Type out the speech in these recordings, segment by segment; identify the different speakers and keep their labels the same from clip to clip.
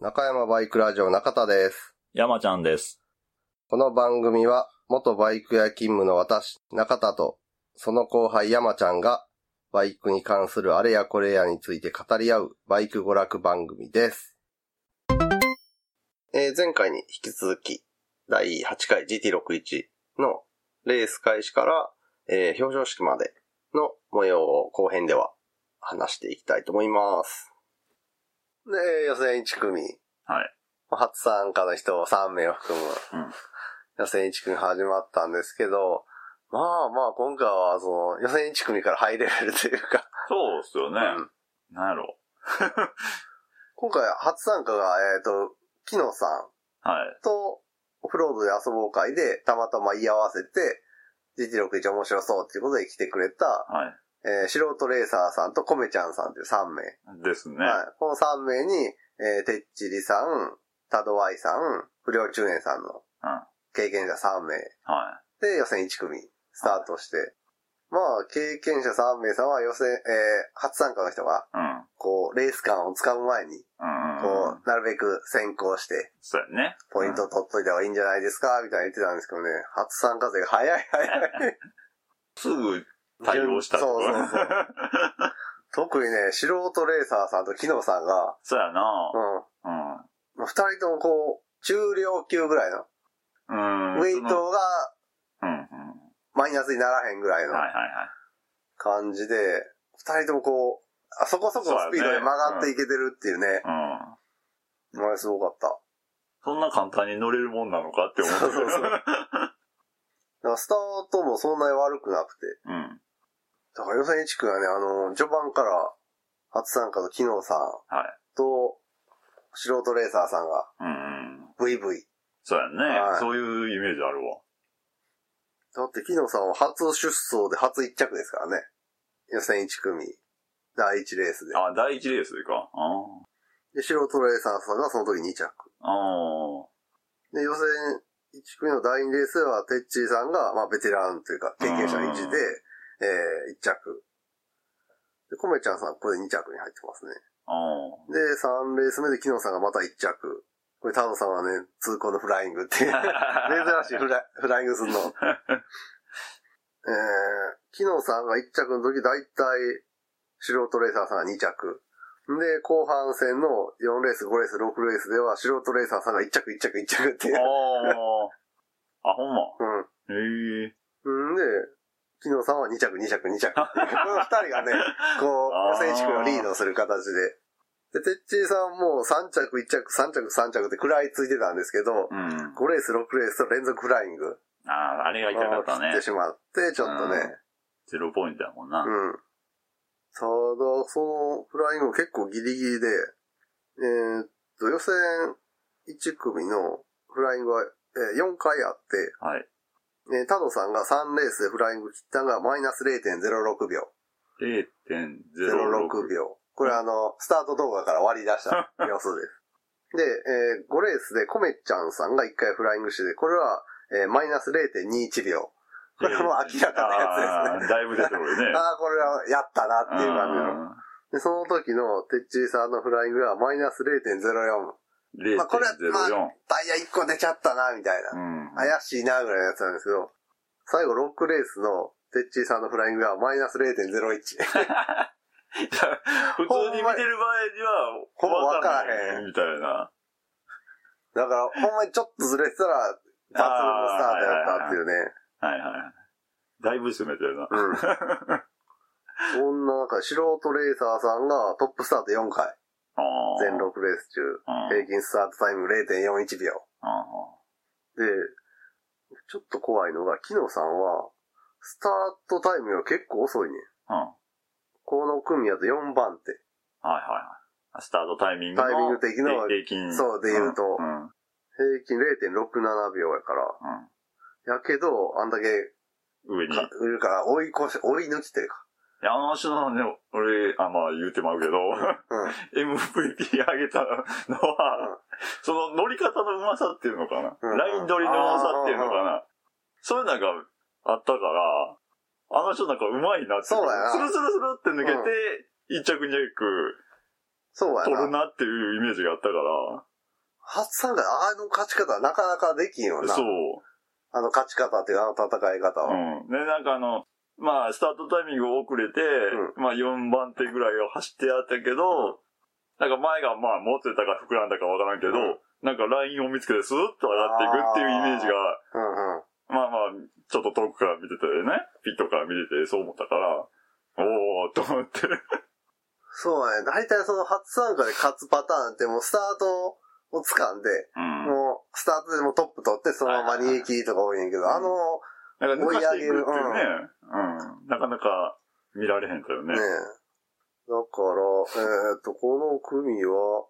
Speaker 1: 中山バイクラジオ中田です。
Speaker 2: 山ちゃんです。
Speaker 1: この番組は、元バイク屋勤務の私、中田と、その後輩山ちゃんが、バイクに関するあれやこれやについて語り合う、バイク娯楽番組です。えー前回に引き続き、第8回 GT61 のレース開始から、えー表彰式までの模様を後編では話していきたいと思います。で、予選1組。
Speaker 2: はい。
Speaker 1: 初参加の人を3名を含む
Speaker 2: うん、
Speaker 1: 予選1組始まったんですけど、まあまあ今回はその予選1組からハイレベルというか、
Speaker 2: そうっすよね。
Speaker 1: うん
Speaker 2: なんやろ。
Speaker 1: 今回初参加が、えっ、と、木野さん
Speaker 2: はい。
Speaker 1: とオフロードで遊ぼう会でたまたま居合わせて、GT61 面白そうっていうことで来てくれた、
Speaker 2: は
Speaker 1: えー素人レーサーさんとコメちゃんさんっていう3名。
Speaker 2: い。ですね。
Speaker 1: はい。この3名に、えー、てっちりさん、たどわいさん、不良中年さんの
Speaker 2: うん
Speaker 1: 経験者3名
Speaker 2: は
Speaker 1: で、予選1組、スタートして。まあ、経験者3名さんは予選、えー、初参加の人が、
Speaker 2: い。うん。
Speaker 1: こう、レース感をつかむ前に、
Speaker 2: うんうんうん。
Speaker 1: こう、なるべく先行して、
Speaker 2: そうやね。
Speaker 1: ポイントを取っといた方がいいんじゃないですか、みたいな言ってたんですけどね、初参加勢が早い早い。
Speaker 2: すぐ対応したと
Speaker 1: そうそう
Speaker 2: こ
Speaker 1: そう。特にね、素人レーサーさんと木野さんが、
Speaker 2: そうやな
Speaker 1: う。、
Speaker 2: うん
Speaker 1: もう二人ともこう、中量級ぐらいの、
Speaker 2: ん。うん。
Speaker 1: ウェイ
Speaker 2: その。
Speaker 1: トが
Speaker 2: うんうん。
Speaker 1: マイナスにならへんぐらいの
Speaker 2: はいはいはい。
Speaker 1: 感じで、二人ともこう、あそこそこのスピードで曲がっていけてるっていうね、
Speaker 2: うん。
Speaker 1: あれすごかった。
Speaker 2: そんな簡単に乗れるもんなのかって思って
Speaker 1: そうそうそうだからスタートもそんなに悪くなくて。
Speaker 2: うん。
Speaker 1: だから予選1区はね、あの、序盤から初参加の機能さん
Speaker 2: はい。
Speaker 1: と素人レーサーさんが
Speaker 2: うんうん。
Speaker 1: VV。だ
Speaker 2: そうやね、
Speaker 1: はい
Speaker 2: そういうイメージあるわ。
Speaker 1: って機能さんは初出走で初1着ですからね。予選1組、第1レースで。
Speaker 2: あ、第一レースでか。あ
Speaker 1: で、素人レーサーさんがその時2着。
Speaker 2: あ。あ
Speaker 1: で、予選1組の第2レースでは、てっちーさんが、まあ、ベテランというか、経験者1で、えー、1着。で、コメちゃんさん、これで2着に入ってますね。
Speaker 2: あ。ああ。
Speaker 1: で、3レース目で、キノさんがまた1着。これ、タノさんはね、通行のフライングっ ていう。 珍しいフライフライングするの。えー、キノさんが1着の時、だいたい素人レーサーさんが2着。で、後半戦の4レース、5レース、6レースでは、素人レーサーさんが1着、1着、1着 っていう。
Speaker 2: ああ。あ、ほんま。
Speaker 1: うん。
Speaker 2: へえ
Speaker 1: うんで、木野さんは2着、2着、2着ってい う。この2人がね、こ
Speaker 2: あ
Speaker 1: う、
Speaker 2: ー
Speaker 1: 予選地区をリードする形で。で、てっちーさんも3着、1着、3着、3着って食らいついてたんですけど、
Speaker 2: うん。
Speaker 1: 5レース、6レースと連続フライング
Speaker 2: ああ、あれが痛かった
Speaker 1: 切
Speaker 2: ね
Speaker 1: って。しまって、ちょっとね、
Speaker 2: ゼロポイントやもんな。
Speaker 1: うん。ただ、そのフライングも結構ギリギリで、えーっと、予選1組のフライングはえー4回あって、
Speaker 2: はい。
Speaker 1: えー、タドさんが3レースでフライング切ったのがマイナス0.06秒。
Speaker 2: 0.06
Speaker 1: 06。秒。これあの、スタート動画から割り出 した様子です。で、えー5レースでコメちゃんさんが1回フライングして、これは、えーマイナス0.21秒。これはもう明らかなやつですね。
Speaker 2: ああだいぶ出てるよね。
Speaker 1: ああ、これはやったなっていう感じの。
Speaker 2: うん
Speaker 1: で、その時のてっちりさんのフライングはマイナス0.04。
Speaker 2: 0.04。
Speaker 1: まあこれはタイヤ1個出ちゃったな、みたいな。
Speaker 2: うん。
Speaker 1: 怪しいな、ぐらいのやつなんですけど、最後6レースのてっちりさんのフライングはマイナス0.01。
Speaker 2: 普通に見てる場合には、
Speaker 1: ほんま
Speaker 2: わ
Speaker 1: ほんまわからへん
Speaker 2: みたいな。
Speaker 1: だから、ほんまにちょっとずれてたら、抜群のスタートやったっていうね。
Speaker 2: はいはい。だいぶ攻めてるな。
Speaker 1: うん。そんな中、素人レーサーさんがトップスタート4回、
Speaker 2: あ あ
Speaker 1: 全6レース中、
Speaker 2: うん
Speaker 1: 平均スタートタイム0.41秒。
Speaker 2: あ
Speaker 1: で、ちょっと怖いのが、木野さんは、スタートタイムが結構遅いね。
Speaker 2: あ。うん。
Speaker 1: この組やと4番手。
Speaker 2: はいはいはい。スタートタイミングの。
Speaker 1: タイミング的な
Speaker 2: 平均。
Speaker 1: そうで言うと
Speaker 2: うん。うん
Speaker 1: 平均0.67秒やから。やけど、あんだけ、
Speaker 2: うん上に。い
Speaker 1: かいるから、追い越し、追い抜きというか。
Speaker 2: や、あの人のね、俺、あ、まあ言うてまうけど、
Speaker 1: うん。
Speaker 2: MVP 上げたの
Speaker 1: うん
Speaker 2: は、その乗り方のうまさっていうのかな、
Speaker 1: うん
Speaker 2: ライン取りのうまさっていうのかな、そういうのがあったから、あの人なんかうまいなって。
Speaker 1: そうやな
Speaker 2: スルスルスルって抜けて、一着二着
Speaker 1: そうやな。
Speaker 2: 取るなっていうイメージがあったから、
Speaker 1: ハッサンがあの勝ち方はなかなかできんよな。
Speaker 2: そう。
Speaker 1: あの勝ち方っていうかあの戦い方は。
Speaker 2: うん。で、なんかあの、まあ、スタートタイミング遅れて、まあ、4番手ぐらいを走ってやったけど、なんか前がまあ、持ってたか膨らんだかわからんけど、
Speaker 1: うん
Speaker 2: なんかラインを見つけてスーッと上がっていくっていうイメージが、
Speaker 1: うん、うん、
Speaker 2: まあまあ、ちょっと遠くから見ててね、ピットから見ててそう思ったから、おーと思って。
Speaker 1: そうね。大体その初参加で勝つパターンってもうスタートを掴んで、
Speaker 2: うん。
Speaker 1: もうスタートでもうトップ取ってそのまま逃げ切りとか多いんやけど、
Speaker 2: は
Speaker 1: あ
Speaker 2: いはい
Speaker 1: の、
Speaker 2: なんか抜かしていくっていうね
Speaker 1: 追い上げ、
Speaker 2: うん。なかなか見られへんかよね。
Speaker 1: ねえ。だから、えーっと、この組は、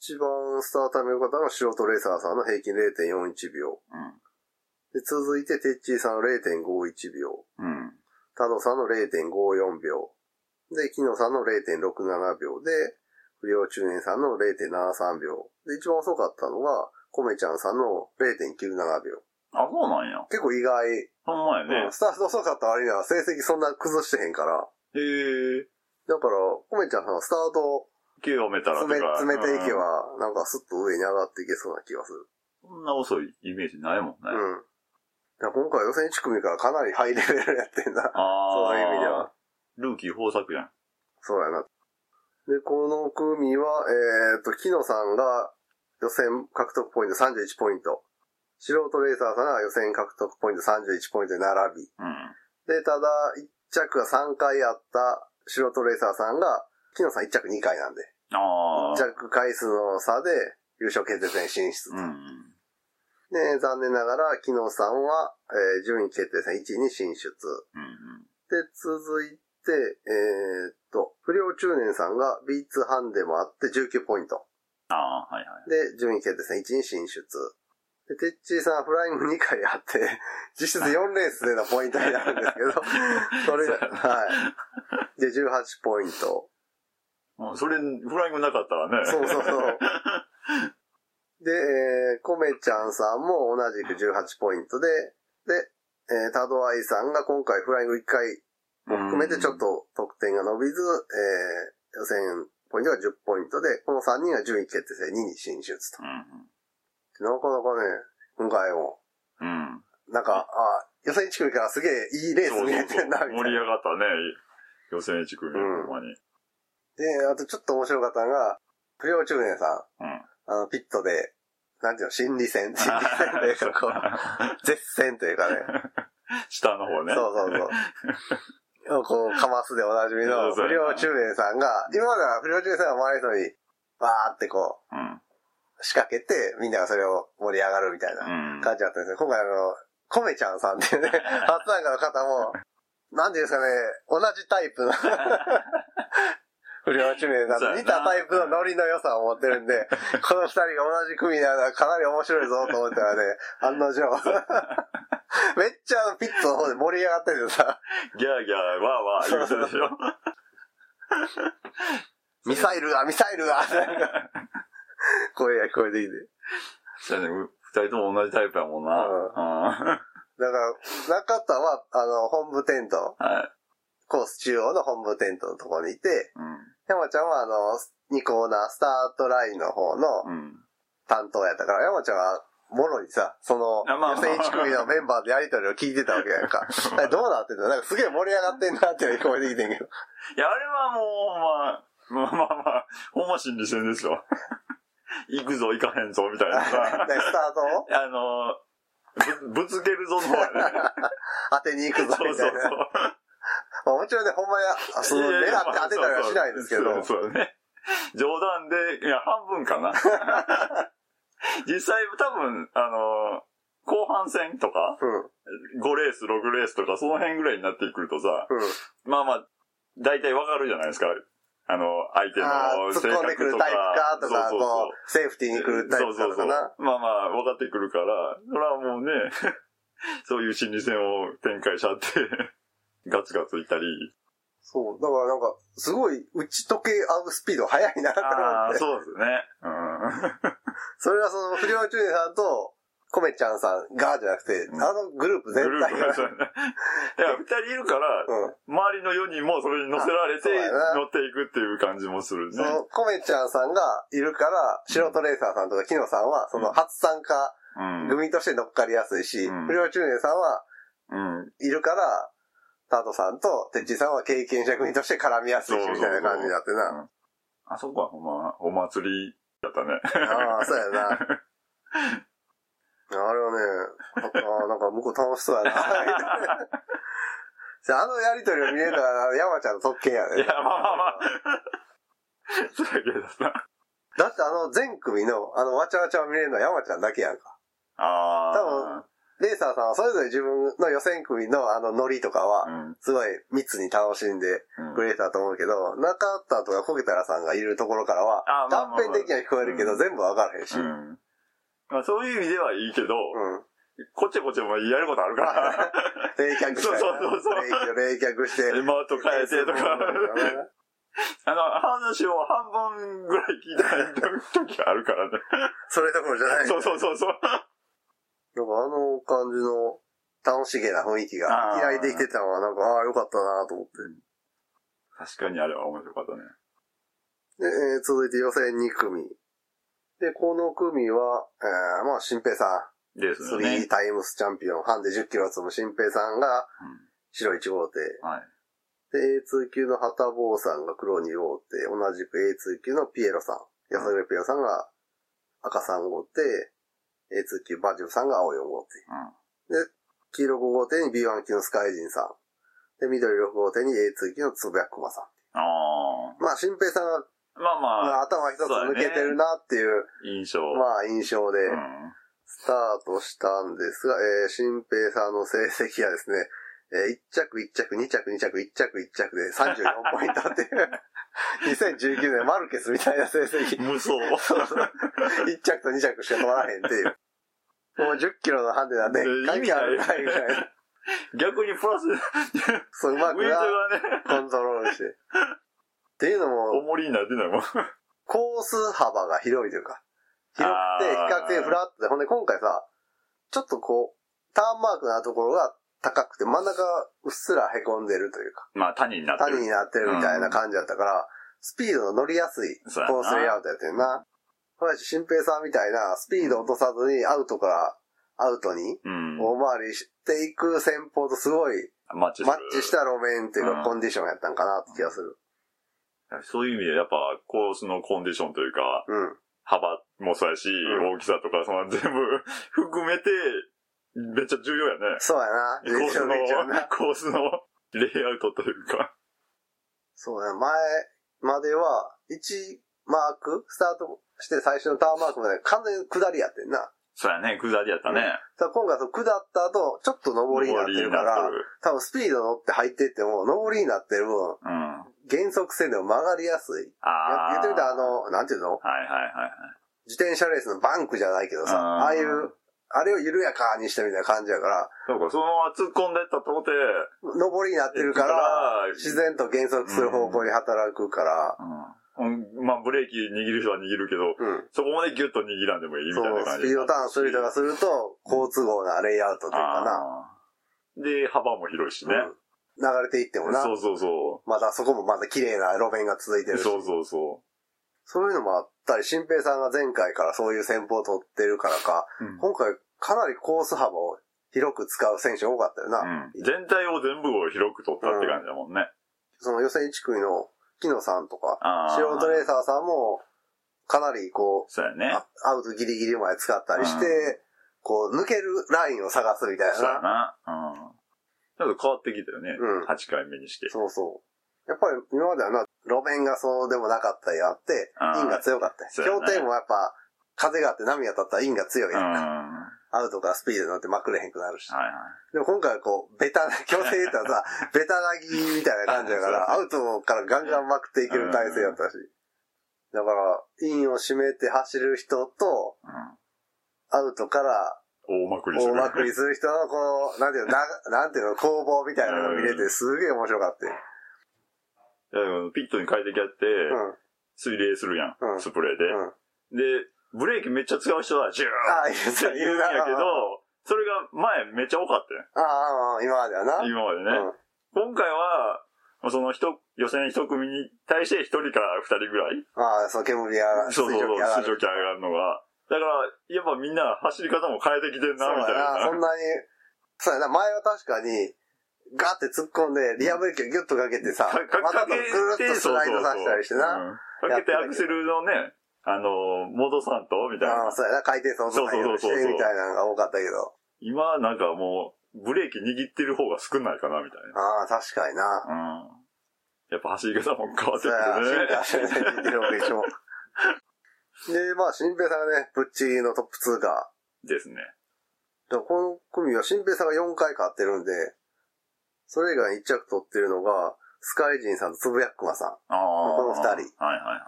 Speaker 1: 一番スタートタイミング良かったのは素人レーサーさんの平均0.41秒。で、続いて、テッチーさんの0.51秒。
Speaker 2: うん。うん。
Speaker 1: タドさんの0.54秒。で、キノさんの0.67秒で、不良中年さんの0.73秒。で、一番遅かったのが、コメちゃんさんの0.97秒。
Speaker 2: あ、そうなんや。
Speaker 1: 結構意外。
Speaker 2: ほんまやね
Speaker 1: うん。スタート遅かった割には成績そんな崩してへんから。
Speaker 2: へえ。
Speaker 1: だから、コメちゃんさんはスタート
Speaker 2: をめたらとか
Speaker 1: 詰め、詰めていけ
Speaker 2: うん
Speaker 1: ば、なんかスッと上に上がっていけそうな気がする。
Speaker 2: そんな遅いイメージないもんね。
Speaker 1: うん。いや今回予選1組からかなりハイレベルやってんだ。
Speaker 2: あー
Speaker 1: そういう意味では。。
Speaker 2: ルーキー豊作やん。
Speaker 1: そうやな。で、この組は、えー、っと、木野さんが予選獲得ポイント31ポイント。素人レーサーさんが予選獲得ポイント31ポイントで並び。
Speaker 2: うん。
Speaker 1: で、ただ、1着が3回あった素人レーサーさんが、木野さん1着2回なんで、
Speaker 2: ああ。
Speaker 1: 1着回数の差で優勝決定戦進出と。
Speaker 2: うん。
Speaker 1: で、残念ながら、木野さんは、えー、順位決定戦1位に進出。
Speaker 2: うん。
Speaker 1: で、続いて、えーっと、不良中年さんが B2 ハンデもあって19ポイント。
Speaker 2: ああー、はいはい。
Speaker 1: で、順位決定戦1位に進出。で、てっちーさんはフライング2回あって、 実質4レースでのポイントになるんです けど、それが、
Speaker 2: そうやな
Speaker 1: はい。で、18ポイント。
Speaker 2: うんそれ、フライングなかったらね。
Speaker 1: そうそう そう。で、えー、コメちゃんさんも同じく18ポイントで、で、えー、タドアイさんが今回フライング1回
Speaker 2: うん。
Speaker 1: 含めてちょっと得点が伸びず、えー、予選ポイントが10ポイントで、この3人が順位決定戦2に進出と。
Speaker 2: う
Speaker 1: なかなかね、今回も、
Speaker 2: ん。うん。うん。
Speaker 1: なんか、あ予選1組からすげえいいレース見えてんな、みた
Speaker 2: 盛
Speaker 1: い
Speaker 2: り
Speaker 1: な。
Speaker 2: 上がったね。予選1組、
Speaker 1: うん
Speaker 2: ほんまに。
Speaker 1: で、あとちょっと面白かったのが、不良中年さ
Speaker 2: うん。
Speaker 1: ん、あの、ピットで、なんていうの、心理戦、心理戦というか、 こう、絶戦というかね。
Speaker 2: 下の方ね。
Speaker 1: そうそうそう。こう、かますでおなじみの
Speaker 2: そうそう
Speaker 1: 不良中年さんが、今までは不良中年さんが周りの人に、わーってこう、
Speaker 2: うん。
Speaker 1: 仕掛けて、みんながそれを盛り上がるみたいな
Speaker 2: うん。
Speaker 1: 感じだったんですけど、今回あの、コメちゃんさん っていうね、初参加の方も、なんていうんですかね、同じタイプの、不良中年さんと似たタイプのノリの良さを持ってるんで、この二人が同じ組ならかなり面白いぞと思ったらね、案の定、めっちゃあのピットの方で盛り上がっててさ、
Speaker 2: ギャーギャー、わーわー言うてるでしょ。
Speaker 1: ミサイルが、ミサイルが、声が聞こえてきて。
Speaker 2: そうやね。う二人とも同じタイプやもんな。
Speaker 1: うん
Speaker 2: うん。
Speaker 1: だから、中田は、あの、本部テント、
Speaker 2: はい。
Speaker 1: コース中央の本部テントのところにいて、
Speaker 2: うん。
Speaker 1: 山ちゃんは、あの、2コーナースタートラインの方の
Speaker 2: うん。
Speaker 1: 担当やったから、山ちゃんは、もろにさ、その、
Speaker 2: あまあまあ
Speaker 1: 予選1組のメンバーでやりとりを聞いてたわけやん か。だからどうなってんのなんかすげえ盛り上がってんなっていうのが聞こえてきてんけ ど。
Speaker 2: いや、あれはもう、まあ、まあまあまあ、ほんま心理戦ですよ。行くぞ、行かへんぞ、みたい
Speaker 1: で、
Speaker 2: な
Speaker 1: ス
Speaker 2: さ。
Speaker 1: タートを
Speaker 2: あの、ぶぶつけるぞの方やね。
Speaker 1: 当てに行くぞ
Speaker 2: そう
Speaker 1: みた
Speaker 2: そ
Speaker 1: いな。
Speaker 2: う
Speaker 1: まあもちろんね、ほんまに、あそ
Speaker 2: そう。
Speaker 1: の、狙っ
Speaker 2: い
Speaker 1: て
Speaker 2: や
Speaker 1: 当てたりはしないんですけど。
Speaker 2: そうそうね。冗談で、いや、半分かな。実際、多分、あの、後半戦とか、
Speaker 1: うん。
Speaker 2: 5レース、6レースとか、その辺ぐらいになってくるとさ、
Speaker 1: うん。
Speaker 2: まあまあ、大体わかるじゃないですか。あの、相手
Speaker 1: ああー
Speaker 2: の
Speaker 1: 突
Speaker 2: 性
Speaker 1: っ込んでく
Speaker 2: 格
Speaker 1: る
Speaker 2: と
Speaker 1: タイプか
Speaker 2: か、
Speaker 1: とか、
Speaker 2: そうそ
Speaker 1: こ、
Speaker 2: うそう
Speaker 1: セーフティーに来るタイプかとかな。
Speaker 2: まあまあ、分かってくるから、それはもうね、 そういう心理戦を展開しちゃって、 ガツガツいったり。
Speaker 1: そう、だからなんか、すごい打ち解け合うスピード早いなって思
Speaker 2: あ
Speaker 1: っ
Speaker 2: あ、
Speaker 1: て。
Speaker 2: そうですね。うん。
Speaker 1: それはその不良中年さんと、コメちゃんさんがじゃなくて、
Speaker 2: うん
Speaker 1: あのグループ全
Speaker 2: グルー
Speaker 1: 体
Speaker 2: プ
Speaker 1: が
Speaker 2: が。そうやね。いや、二人いるから、
Speaker 1: うん。
Speaker 2: 周りの4人もそれに乗せられて
Speaker 1: あそうやな
Speaker 2: 乗っていくっていう感じもする
Speaker 1: そ
Speaker 2: ね。
Speaker 1: の、コメちゃんさんがいるから、素人レーサーさんとかキノさんは、その、初参加
Speaker 2: うん。
Speaker 1: 組として乗っかりやすいし、
Speaker 2: うん
Speaker 1: 不良中年さんは
Speaker 2: うん。
Speaker 1: いるから、タートさんとてっちーさんは経験者組として絡みやすいし、みたいな感じになってな。
Speaker 2: あそこはほんま、お祭りだったね。
Speaker 1: ああ、そうやな。あれはね、ああなんか向こう楽しそうやな。 じゃあ、あのやりとりを見れたら、山ちゃんの特権や
Speaker 2: い
Speaker 1: ね
Speaker 2: や、。まあまあ まあ。そうやけどさ。
Speaker 1: だってあの全組の、あの、わちゃわちゃを見れるのは山ちゃんだけやんか。
Speaker 2: あ
Speaker 1: レーサーさんはそれぞれ自分の予選組のあのノリとか
Speaker 2: あ。
Speaker 1: は、
Speaker 2: 分。
Speaker 1: すごい密に楽しんで
Speaker 2: うん。
Speaker 1: くれてたと思うけど、中田とかコケタラさんがいるところからは
Speaker 2: あ、まあまあまあ
Speaker 1: 断片的には聞こえるけ
Speaker 2: う
Speaker 1: ど、
Speaker 2: ん
Speaker 1: 全部わからへんし。
Speaker 2: う
Speaker 1: うん。
Speaker 2: ん。まあそういう意味ではいいけど、こっちこっちもやることあ るから。
Speaker 1: 冷却したりな
Speaker 2: そうそうそうそう
Speaker 1: 冷却冷却して。
Speaker 2: マウント変えてとか。あの、話を半分ぐらい聞いてない時があるからね。
Speaker 1: それどころじゃない。
Speaker 2: そうそうそうそう。
Speaker 1: なんかあの感じの楽しげな雰囲気
Speaker 2: あ
Speaker 1: が、
Speaker 2: ー
Speaker 1: 嫌いできてたのは、なんか、ああ、よかったなと思って。
Speaker 2: 確かにあれは面白かったね。
Speaker 1: で、えー続いて予選2組。で、この組は、えーまあ、新平さ
Speaker 2: です
Speaker 1: ん、ス
Speaker 2: よ
Speaker 1: リ
Speaker 2: ね
Speaker 1: ー。タイムスチャンピオン、ハンデ10キロ積む新平さんが白1号艇。
Speaker 2: うんはい。
Speaker 1: で、A2 級の旗坊さんが黒2号艇。同じく A2 級のピエロさん。安田ピエロさんが赤3号艇。A2 級バジュさんが青4号艇。黄色5号艇に B1 級のスカイジンさん。で、緑6号艇に A2 級のつぶやっこまさん。
Speaker 2: ああ
Speaker 1: まあ、新平さんが、
Speaker 2: ー。まあま
Speaker 1: ま
Speaker 2: あ、
Speaker 1: あ頭一つ抜けてるなっていう、
Speaker 2: 印象。
Speaker 1: まあ、印象で
Speaker 2: うん
Speaker 1: スタートしたんですが、えー、新平さんの成績がですね、えー、1着、1着、2着、2着、1着、1着で34ポイントって いう、2019年マルケスみたいな成績。
Speaker 2: 無双。
Speaker 1: そうそう。1着と2着しか取らへんっていう。もう10キロのハンデなんで
Speaker 2: えー、
Speaker 1: 関係あるかい
Speaker 2: 意味
Speaker 1: ぐ
Speaker 2: な
Speaker 1: ら
Speaker 2: い
Speaker 1: い。
Speaker 2: 逆にプラス、ウィ
Speaker 1: そう、うま
Speaker 2: ンド
Speaker 1: く
Speaker 2: ウ
Speaker 1: な
Speaker 2: がね、
Speaker 1: コントロールして。っていうのも、
Speaker 2: 重りになってないもん。
Speaker 1: コース幅が広いというか、広くて、比
Speaker 2: あー
Speaker 1: 較的フラットで、ほんで今回さ、ちょっとこう、ターンマークなところが高くて、真ん中がうっすら凹んでるというか、
Speaker 2: まあ、谷になってる。
Speaker 1: 谷になってるみたいな感じだったから、スピードの乗りやすい
Speaker 2: そうやな
Speaker 1: コースレイアウトやってるな。ほらし、新平さんみたいな、スピード落とさずにアウトからアウトに、
Speaker 2: うん。
Speaker 1: 大回りしていく戦法とすごい
Speaker 2: マッチする
Speaker 1: マッチした路面っていう
Speaker 2: うん
Speaker 1: かコンディションやったんかなって気がする。
Speaker 2: そういう意味で、やっぱ、コースのコンディションというか、
Speaker 1: うん。
Speaker 2: 幅もそうやし、
Speaker 1: ん
Speaker 2: 大きさとか、その 全部含めて、めっちゃ重要やね。
Speaker 1: そうやな。
Speaker 2: コースの
Speaker 1: めちゃめちゃな、
Speaker 2: コースの レイアウトというか。
Speaker 1: そうや、前までは、1マーク、スタートして最初のターンマークまで完全に下りやってんな。だ
Speaker 2: そうやね、下りやったね。
Speaker 1: から今回その下った後、ちょっと上りになってるか
Speaker 2: 上
Speaker 1: ら
Speaker 2: りに、なってる
Speaker 1: 多分スピード乗って入ってっても、上りになってる分、
Speaker 2: うん。あ
Speaker 1: 減速線でも曲がりやすい。
Speaker 2: あ
Speaker 1: や言
Speaker 2: ー。
Speaker 1: ってみたらあの、なんていうの
Speaker 2: はいはいはいはい。
Speaker 1: 自転車レースのバンクじゃないけどさ、
Speaker 2: あー
Speaker 1: ああいう、あれを緩やかにしたみたいな感じやから、
Speaker 2: だから、そのまま突っ込んでったとこで、
Speaker 1: 上りになってるから、自然と減速する方向に働くから、
Speaker 2: うん。うん。まあ、ブレーキ握る人は握るけど、
Speaker 1: うん。
Speaker 2: そこまでギュッと握らんでもいいみ
Speaker 1: そ
Speaker 2: たいな
Speaker 1: う、
Speaker 2: 感
Speaker 1: ス
Speaker 2: じ。
Speaker 1: ピードターンする人がすると、好都合なレイアウトというか
Speaker 2: あーで、幅も広いしね
Speaker 1: な。。うん流れていってもな
Speaker 2: そ。うそうそ
Speaker 1: まだそこもまだ綺麗な路面が続いて
Speaker 2: う。
Speaker 1: るし。
Speaker 2: そうそうそ
Speaker 1: そういうのもあったり、新平さんが前回からそういう戦法を取ってるからか、
Speaker 2: う。うん
Speaker 1: 今回かなりコース幅を広く使う選手多かったよな。
Speaker 2: うん全体を全部を広く取ったって感じだもんね。
Speaker 1: その予選1組の木野さんとか、
Speaker 2: ああ。
Speaker 1: 素人レーサーさんも、かなりこ
Speaker 2: そうや
Speaker 1: う、
Speaker 2: ね。
Speaker 1: あアウトギリギリまで使ったりして、
Speaker 2: う
Speaker 1: こう、抜けるラインを探すみたい
Speaker 2: そう
Speaker 1: な。
Speaker 2: やな。うん。ちょっと変わってきたよね。
Speaker 1: うん
Speaker 2: 8回目にして。
Speaker 1: そうそう。やっぱり今まではな、路面がそうでもなかったりあって、
Speaker 2: あー
Speaker 1: インが強かったり。
Speaker 2: そうやな
Speaker 1: 氷点もやっぱ、風があって波が当たったらインが強い
Speaker 2: う
Speaker 1: や
Speaker 2: ん。
Speaker 1: んか。
Speaker 2: は
Speaker 1: アウトからスピードになってまくれへんくなるし
Speaker 2: い。はい。
Speaker 1: でも今回はこう、ベタな、強制言ったらさ、ベタなぎみたいな感じだか
Speaker 2: あ
Speaker 1: ら、アウトからガンガンまくっていける体勢やったし。だから、インを締めて走る人と、アウトから
Speaker 2: うん。大まくりす
Speaker 1: 大
Speaker 2: る。
Speaker 1: まくりする人のこう、なんていうの、ななんていうの、攻防みたいなのが見れ
Speaker 2: う
Speaker 1: て、すげえ面白かったよ。
Speaker 2: いやでもピットに快適やって、
Speaker 1: うん。
Speaker 2: 水冷するやん、
Speaker 1: うん
Speaker 2: スプレーで。
Speaker 1: うん
Speaker 2: で、ブレーキめっちゃ使う人は、ジュー
Speaker 1: ああ、
Speaker 2: ン
Speaker 1: 言
Speaker 2: って
Speaker 1: う、言
Speaker 2: 言うん
Speaker 1: う
Speaker 2: や
Speaker 1: な。
Speaker 2: けど、それが前めっちゃ多かったよ。
Speaker 1: ああ、今まではな。
Speaker 2: 今までね。
Speaker 1: うん
Speaker 2: 今回は、その一、予選一組に対して一人から二人ぐらい。
Speaker 1: ああ、そう、煙が、
Speaker 2: そうそうそう、
Speaker 1: が
Speaker 2: 出場機上がるのが。だから、やっぱみんな走り方も変えてきてんな、み
Speaker 1: そ
Speaker 2: た
Speaker 1: う
Speaker 2: い
Speaker 1: やな。そ
Speaker 2: な。
Speaker 1: んなに、そうやな、前は確かに、ガーって突っ込んで、リアブレーキをギュッとかけてさ、
Speaker 2: かか
Speaker 1: また
Speaker 2: か
Speaker 1: ぐ
Speaker 2: け、
Speaker 1: るってとスライドさせたりしてな。
Speaker 2: そうそうそううんかけてアクセルのね、あの、戻さんと、みたい
Speaker 1: ああ、
Speaker 2: な。
Speaker 1: そうやな、回転操作
Speaker 2: そうそう
Speaker 1: し
Speaker 2: そうそう
Speaker 1: てみたいなのが多かったけど。
Speaker 2: 今なんかもう、ブレーキ握ってる方が少ないかな、みたいな。
Speaker 1: ああ、確かにな。
Speaker 2: うん。やっぱ走り方も変わって
Speaker 1: そうや、
Speaker 2: く
Speaker 1: 進
Speaker 2: るね
Speaker 1: 化。してるね、一 も。で、まあ、新平さんがね、プッチのトップ通過。
Speaker 2: ですね。
Speaker 1: でもこの組は新平さんが4回勝ってるんで、それ以外に1着取ってるのが、スカイジンさんとつぶやっくまさん。
Speaker 2: ああ。
Speaker 1: この二人
Speaker 2: はいはいはい。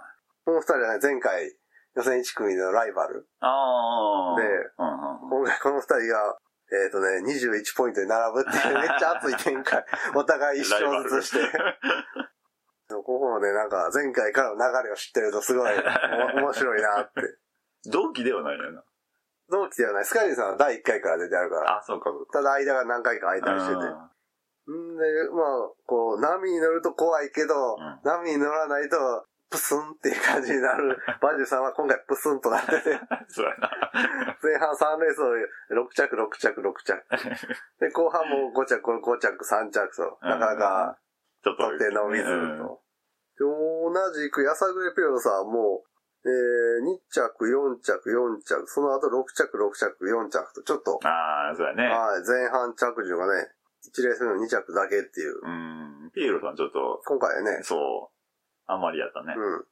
Speaker 1: この二人はね、前回、予選1組のライバル。
Speaker 2: ああ。
Speaker 1: で
Speaker 2: うんうんうん、
Speaker 1: 今回この二人が、えっ、とね、21ポイントで並ぶっていう、めっちゃ熱い展開。お互い一勝ずつして。でもここもね、なんか前回からの流れを知ってるとすごいお 面白いなって。
Speaker 2: 同期ではないのよな。
Speaker 1: 同期ではない。スカイリンさんは第1回から出てあるから。
Speaker 2: あ、そうか、そうか。
Speaker 1: ただ間が何回か空いたりしてて。んで、まあ、こう、波に乗ると怖いけど、
Speaker 2: うん
Speaker 1: 波に乗らないと、プスンっていう感じにな る。バジュさんは今回プスンとなってて。
Speaker 2: そうやな。
Speaker 1: 前半3レースを6着、6着、6着。で、後半も5着、5着、3着と、なかなか
Speaker 2: ちょっと。
Speaker 1: 得点伸びず
Speaker 2: うん
Speaker 1: と。で同じく、やさぐれピロさんも、えー、2着、4着、4着、その後6着、6着、4着と、ちょっと、
Speaker 2: ああ、そうやね。
Speaker 1: はい、前半着順がね、1レース目の2着だけっていう、
Speaker 2: うん。ピエロさんちょっと、
Speaker 1: 今回はね、
Speaker 2: そう。あんまりやったね。
Speaker 1: うん。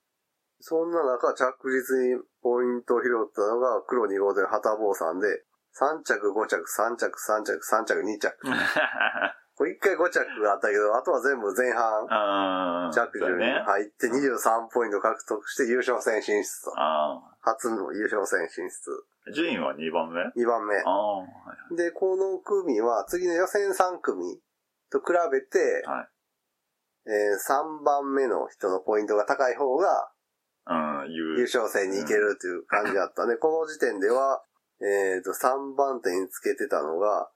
Speaker 1: そんな中、着実にポイントを拾ったのが、黒2号艇の旗坊さんで、3着、5着、3着、3着、3着、2着。これ1回5着があったけど、あとは全部前半、
Speaker 2: ああ。
Speaker 1: 着
Speaker 2: そう
Speaker 1: 順に
Speaker 2: やね。
Speaker 1: 入って23ポイント獲得して優勝戦進出と。
Speaker 2: あ
Speaker 1: 初の優勝戦進出。
Speaker 2: あ。順位は2番目あ
Speaker 1: 2番目。
Speaker 2: あ。はい
Speaker 1: で、この組は次の予選3組と比べて、
Speaker 2: は
Speaker 1: え3番目の人のポイントが高い方が
Speaker 2: い。うん、
Speaker 1: 優
Speaker 2: 優
Speaker 1: 勝戦に行けるという感じだったね。この時点では、えっ、と、3番手につけてたのが、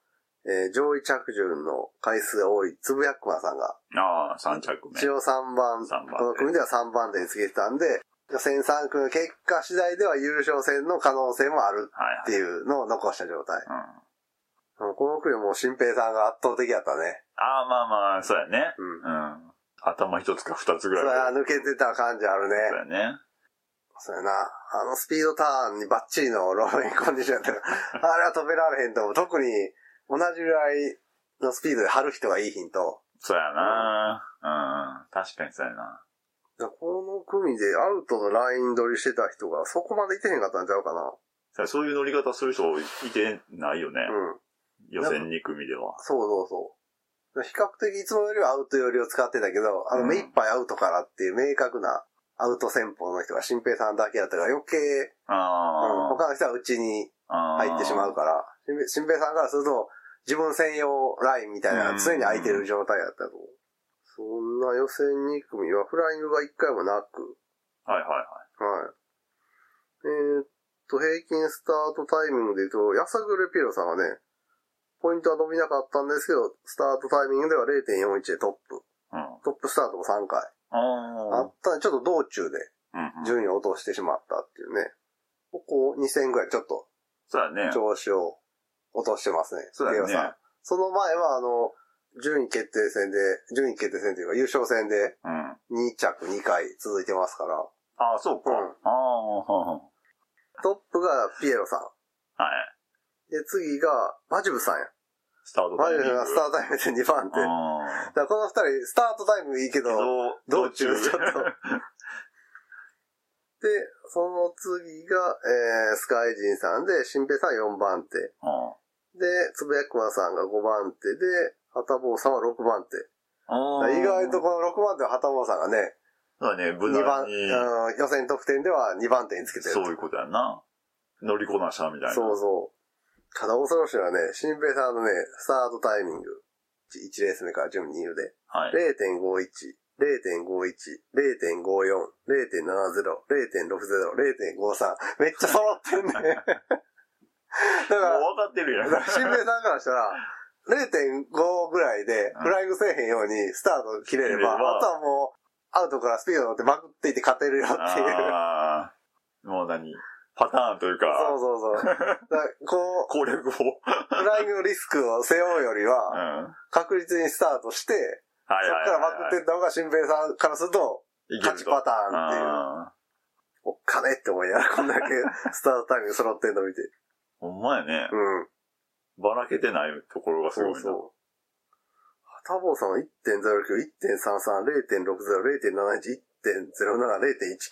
Speaker 1: えー上位着順の回数が多いつぶやっくまさんが、
Speaker 2: ああ、3着目。
Speaker 1: 一応3番、
Speaker 2: 三番手
Speaker 1: この組では3番手につけてたんで、予選3組の結果次第では優勝戦の可能性もあるっ
Speaker 2: はいは
Speaker 1: て
Speaker 2: い。
Speaker 1: いうのを残した状態。
Speaker 2: うん、あ
Speaker 1: この組はもう新平さんが圧倒的だったね。
Speaker 2: あ、まあまあ、そうやね。
Speaker 1: うん。
Speaker 2: うん。頭一つか二つぐ
Speaker 1: そ
Speaker 2: らい
Speaker 1: れは
Speaker 2: は。
Speaker 1: 抜けてた感じあるね。
Speaker 2: そうやね。
Speaker 1: そうやな。あのスピードターンにバッチリのローインコンディションやった から、あれは止められへんと思う。特に同じぐらいのスピードで張る人がいいヒント。
Speaker 2: そうやな。うん。確かにそうやな。
Speaker 1: だからこの組でアウトのライン取りしてた人がそこまでいてへんかったんちゃうかな。
Speaker 2: そうそういう乗り方する人いてないよね。
Speaker 1: うん。
Speaker 2: 予選2組では。
Speaker 1: そうそうそう。比較的いつもよりはアウト寄りを使ってたけど、あの、
Speaker 2: うん
Speaker 1: 目いっぱいアウトからっていう明確なアウト戦法の人が新平さんだけだったから余計、うん
Speaker 2: あ
Speaker 1: 他の人は内に
Speaker 2: あ。
Speaker 1: 入ってしまう
Speaker 2: か。
Speaker 1: から、新平新平さんからすると自分専用ラインみたいなのが常に空いてる状態だったと思う。そんな予選2組はフライングが1回もなく、
Speaker 2: はいはいはい。
Speaker 1: はい。えーっと、平均スタートタイミングで言うと、やさぐれピエロさんはね、ポイントは伸びなかったんですけど、スタートタイミングでは0.41でトップ。
Speaker 2: うん。
Speaker 1: トップスタートも3回。あ
Speaker 2: あ
Speaker 1: ったねちょっと道中で
Speaker 2: あ。うん。
Speaker 1: 順位を落としてしまったっていうね。ここ2000ぐらいちょっと
Speaker 2: そうやね。
Speaker 1: 調子を落としてますね。
Speaker 2: そう
Speaker 1: ピエ
Speaker 2: や
Speaker 1: ロさ
Speaker 2: ね
Speaker 1: ん。。その前は、あの、順位決定戦で、順位決定戦というか優勝戦で
Speaker 2: うん。
Speaker 1: 2着2回続いてますから、
Speaker 2: ああ、そうか。
Speaker 1: うん
Speaker 2: ああ、は
Speaker 1: トップがピエロさん。
Speaker 2: い。はい。
Speaker 1: で、次が、マジブさんや。
Speaker 2: スタート
Speaker 1: マジブさん
Speaker 2: が
Speaker 1: がスタートタイムで2番手。だか
Speaker 2: ああ。
Speaker 1: らこの二人、スタートタイムいいけど、で、道中ちょっとその次が、えー、スカイジンさんで、新平さん4番手。
Speaker 2: あ
Speaker 1: で、つぶやくまさんが5番手で、はたぼうさんは6番手。
Speaker 2: あ。
Speaker 1: 意外と。この6番手のはたぼうさんがね、
Speaker 2: そうだね、無
Speaker 1: 2番、
Speaker 2: 難に。
Speaker 1: うん、予選得点では2番手につけてると。
Speaker 2: そういうことやな。乗りこなしたみたいな。
Speaker 1: そうそう。ただ恐ろしいのはね、新平さんのね、スタートタイミング。1レース目から順に言うで。
Speaker 2: はい。
Speaker 1: 0.51。 0.51、0.54、0.70、0.60、0.53。めっちゃ揃ってんね。だ から、
Speaker 2: もう分かってるやん。
Speaker 1: 新兵さんからしたら、0.5ぐらいでフライングせえへんようにスタート切れれば、
Speaker 2: 切れれば
Speaker 1: あとはもう、アウトからスピード乗ってまくっていって勝てるよっていう。
Speaker 2: あーもう何パターンという
Speaker 1: そ
Speaker 2: か、
Speaker 1: うそう そう。だからこ
Speaker 2: 攻略法。
Speaker 1: う、フライングのリスクを背負うより
Speaker 2: うん。
Speaker 1: は、
Speaker 2: は
Speaker 1: 確実にスタートして、
Speaker 2: いは
Speaker 1: そ
Speaker 2: い
Speaker 1: っ
Speaker 2: はい
Speaker 1: からま
Speaker 2: はい。
Speaker 1: くってった方が新兵さんからすると、
Speaker 2: いける
Speaker 1: 勝
Speaker 2: と
Speaker 1: ちパターンっていう。
Speaker 2: あ
Speaker 1: おっかねって思いながら、こんだけスタートタイミング揃ってんの見て。
Speaker 2: ーほんまやね
Speaker 1: う。ん。
Speaker 2: ばらけてないところがす
Speaker 1: そ
Speaker 2: ごいうな。
Speaker 1: そう。タボーさんは1.09、1.33、0.60、0.71、1.07、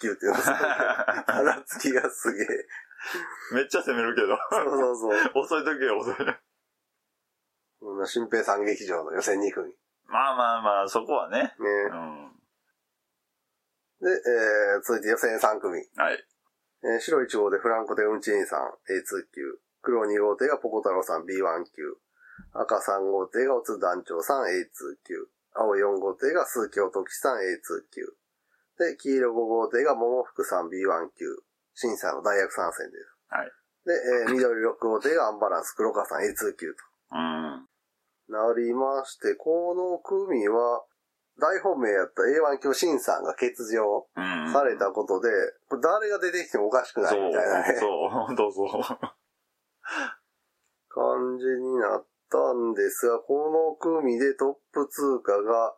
Speaker 1: 0.19っていうのが、ばらつきがすげえ。
Speaker 2: めっちゃ攻めるけど。
Speaker 1: そうそうそう。
Speaker 2: 遅い時は遅い。
Speaker 1: こんな新平さん劇場の予選2組。ね。
Speaker 2: まあまあまあ、そこはね。うん。
Speaker 1: で、えー、続いて予選3組。
Speaker 2: はい。
Speaker 1: えー白1号でフランコでウンチンさん A2 級。黒2号艇がポコ太郎さん B1 級。赤3号艇がオツ団長さん A2 級。青4号艇が鈴木乙樹さん A2 級。で、黄色5号艇が桃福さん B1 級。審査の大役参戦です。
Speaker 2: はい。
Speaker 1: で、えー緑6号艇がアンバランス黒川さん A2 級
Speaker 2: うん。
Speaker 1: となりまして、この組は、大本命やった A1 級審査が欠場
Speaker 2: うん。
Speaker 1: されたことで、これ誰が出てきてもおかしくない
Speaker 2: そう
Speaker 1: みたいなね。。
Speaker 2: そう、本 当そう。
Speaker 1: 感じになったんですが、この組でトップ通過が、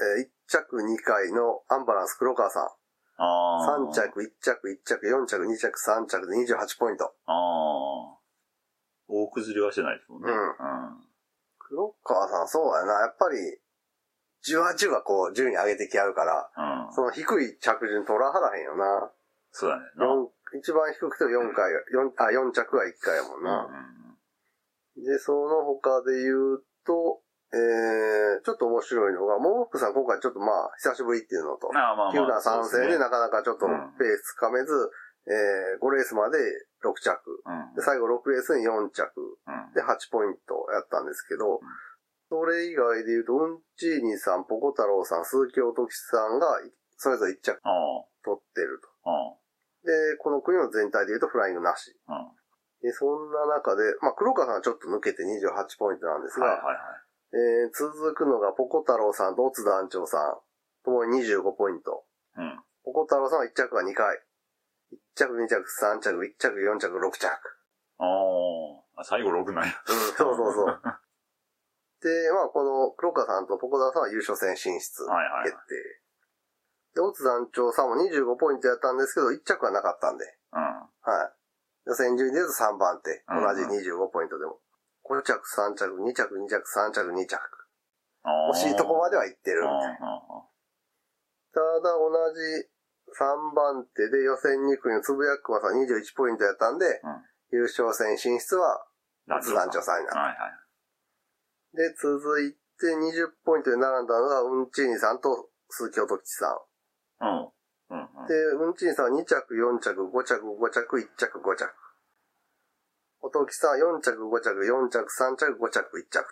Speaker 1: えー1着2回のアンバランス黒川さ
Speaker 2: ああ。
Speaker 1: ん。3。着、1着、1着、4着、2着、3着で28ポイント。
Speaker 2: ああ。大崩れはしてないですもんね。
Speaker 1: うん黒川さん、そうやな。やっぱり、18はこう、順位上げてきあるから、
Speaker 2: うん。うん。
Speaker 1: その低い着順取らはらへんよな。
Speaker 2: そうだね。
Speaker 1: 四一番低くても4回、四あ、4着は1回やもんな。で、その他で言うと、えー、ちょっと面白いのが、モークさん今回ちょっとまあ、久しぶりっていうのと、
Speaker 2: うん。ああまあまあ。
Speaker 1: 急な参
Speaker 2: そ
Speaker 1: 戦
Speaker 2: うで
Speaker 1: です
Speaker 2: ね。
Speaker 1: なかなかちょっとペースつかめず、えー、5レースまで6着。
Speaker 2: うん。
Speaker 1: で、最後6レースに4着。
Speaker 2: うん
Speaker 1: で、8ポイントやったんですけど、それ以外で言うと、ウンチーニさん、ポコ太郎さん、鈴木おときさんが、それぞれ1着
Speaker 2: ああ。
Speaker 1: 取ってると。
Speaker 2: あ
Speaker 1: で、この国の全体で言うとフライングなし。
Speaker 2: あ。うん。
Speaker 1: で、そんな中で、まあ、黒川さんはちょっと抜けて28ポイントなんですが、
Speaker 2: はいはいはい。
Speaker 1: えー続くのがポコ太郎さんとオツ団長さん、ともに25ポイント。
Speaker 2: うん。
Speaker 1: ポコ太郎さんは1着が2回。1着、2着、3着、1着、4着、6着。
Speaker 2: ああ。最後6なん や。
Speaker 1: うん、そうそうそう。で、まあ、この黒川さんとポコ太郎さんは優勝戦進出
Speaker 2: はいはい
Speaker 1: 決定。で、オツ団長さんも25ポイントやったんですけど、1着はなかったんで、
Speaker 2: はい。
Speaker 1: はい。予選順位で言うと3番手。同じ
Speaker 2: うん
Speaker 1: 25ポイントでも。5着、3着、2着、2着、3着、2着。
Speaker 2: うん。ああ
Speaker 1: 惜しいとこまではい行ってる
Speaker 2: うん
Speaker 1: み
Speaker 2: うん
Speaker 1: た
Speaker 2: う
Speaker 1: い
Speaker 2: ん
Speaker 1: な。ただ同じ3番手で予選2組のつぶやくはさ21ポイントやったんで、
Speaker 2: ん
Speaker 1: 優勝戦進出は
Speaker 2: 団
Speaker 1: 津団長さんになる。
Speaker 2: はいはい。
Speaker 1: で、続いて20ポイントで並んだのがウンチーニさんと鈴木おときさん。
Speaker 2: うん。うんうん。
Speaker 1: で、ウンチーニさんは2着、4着、5着、5着、1着、5着。おときさんは4着、5着、4着、3着、5着、1着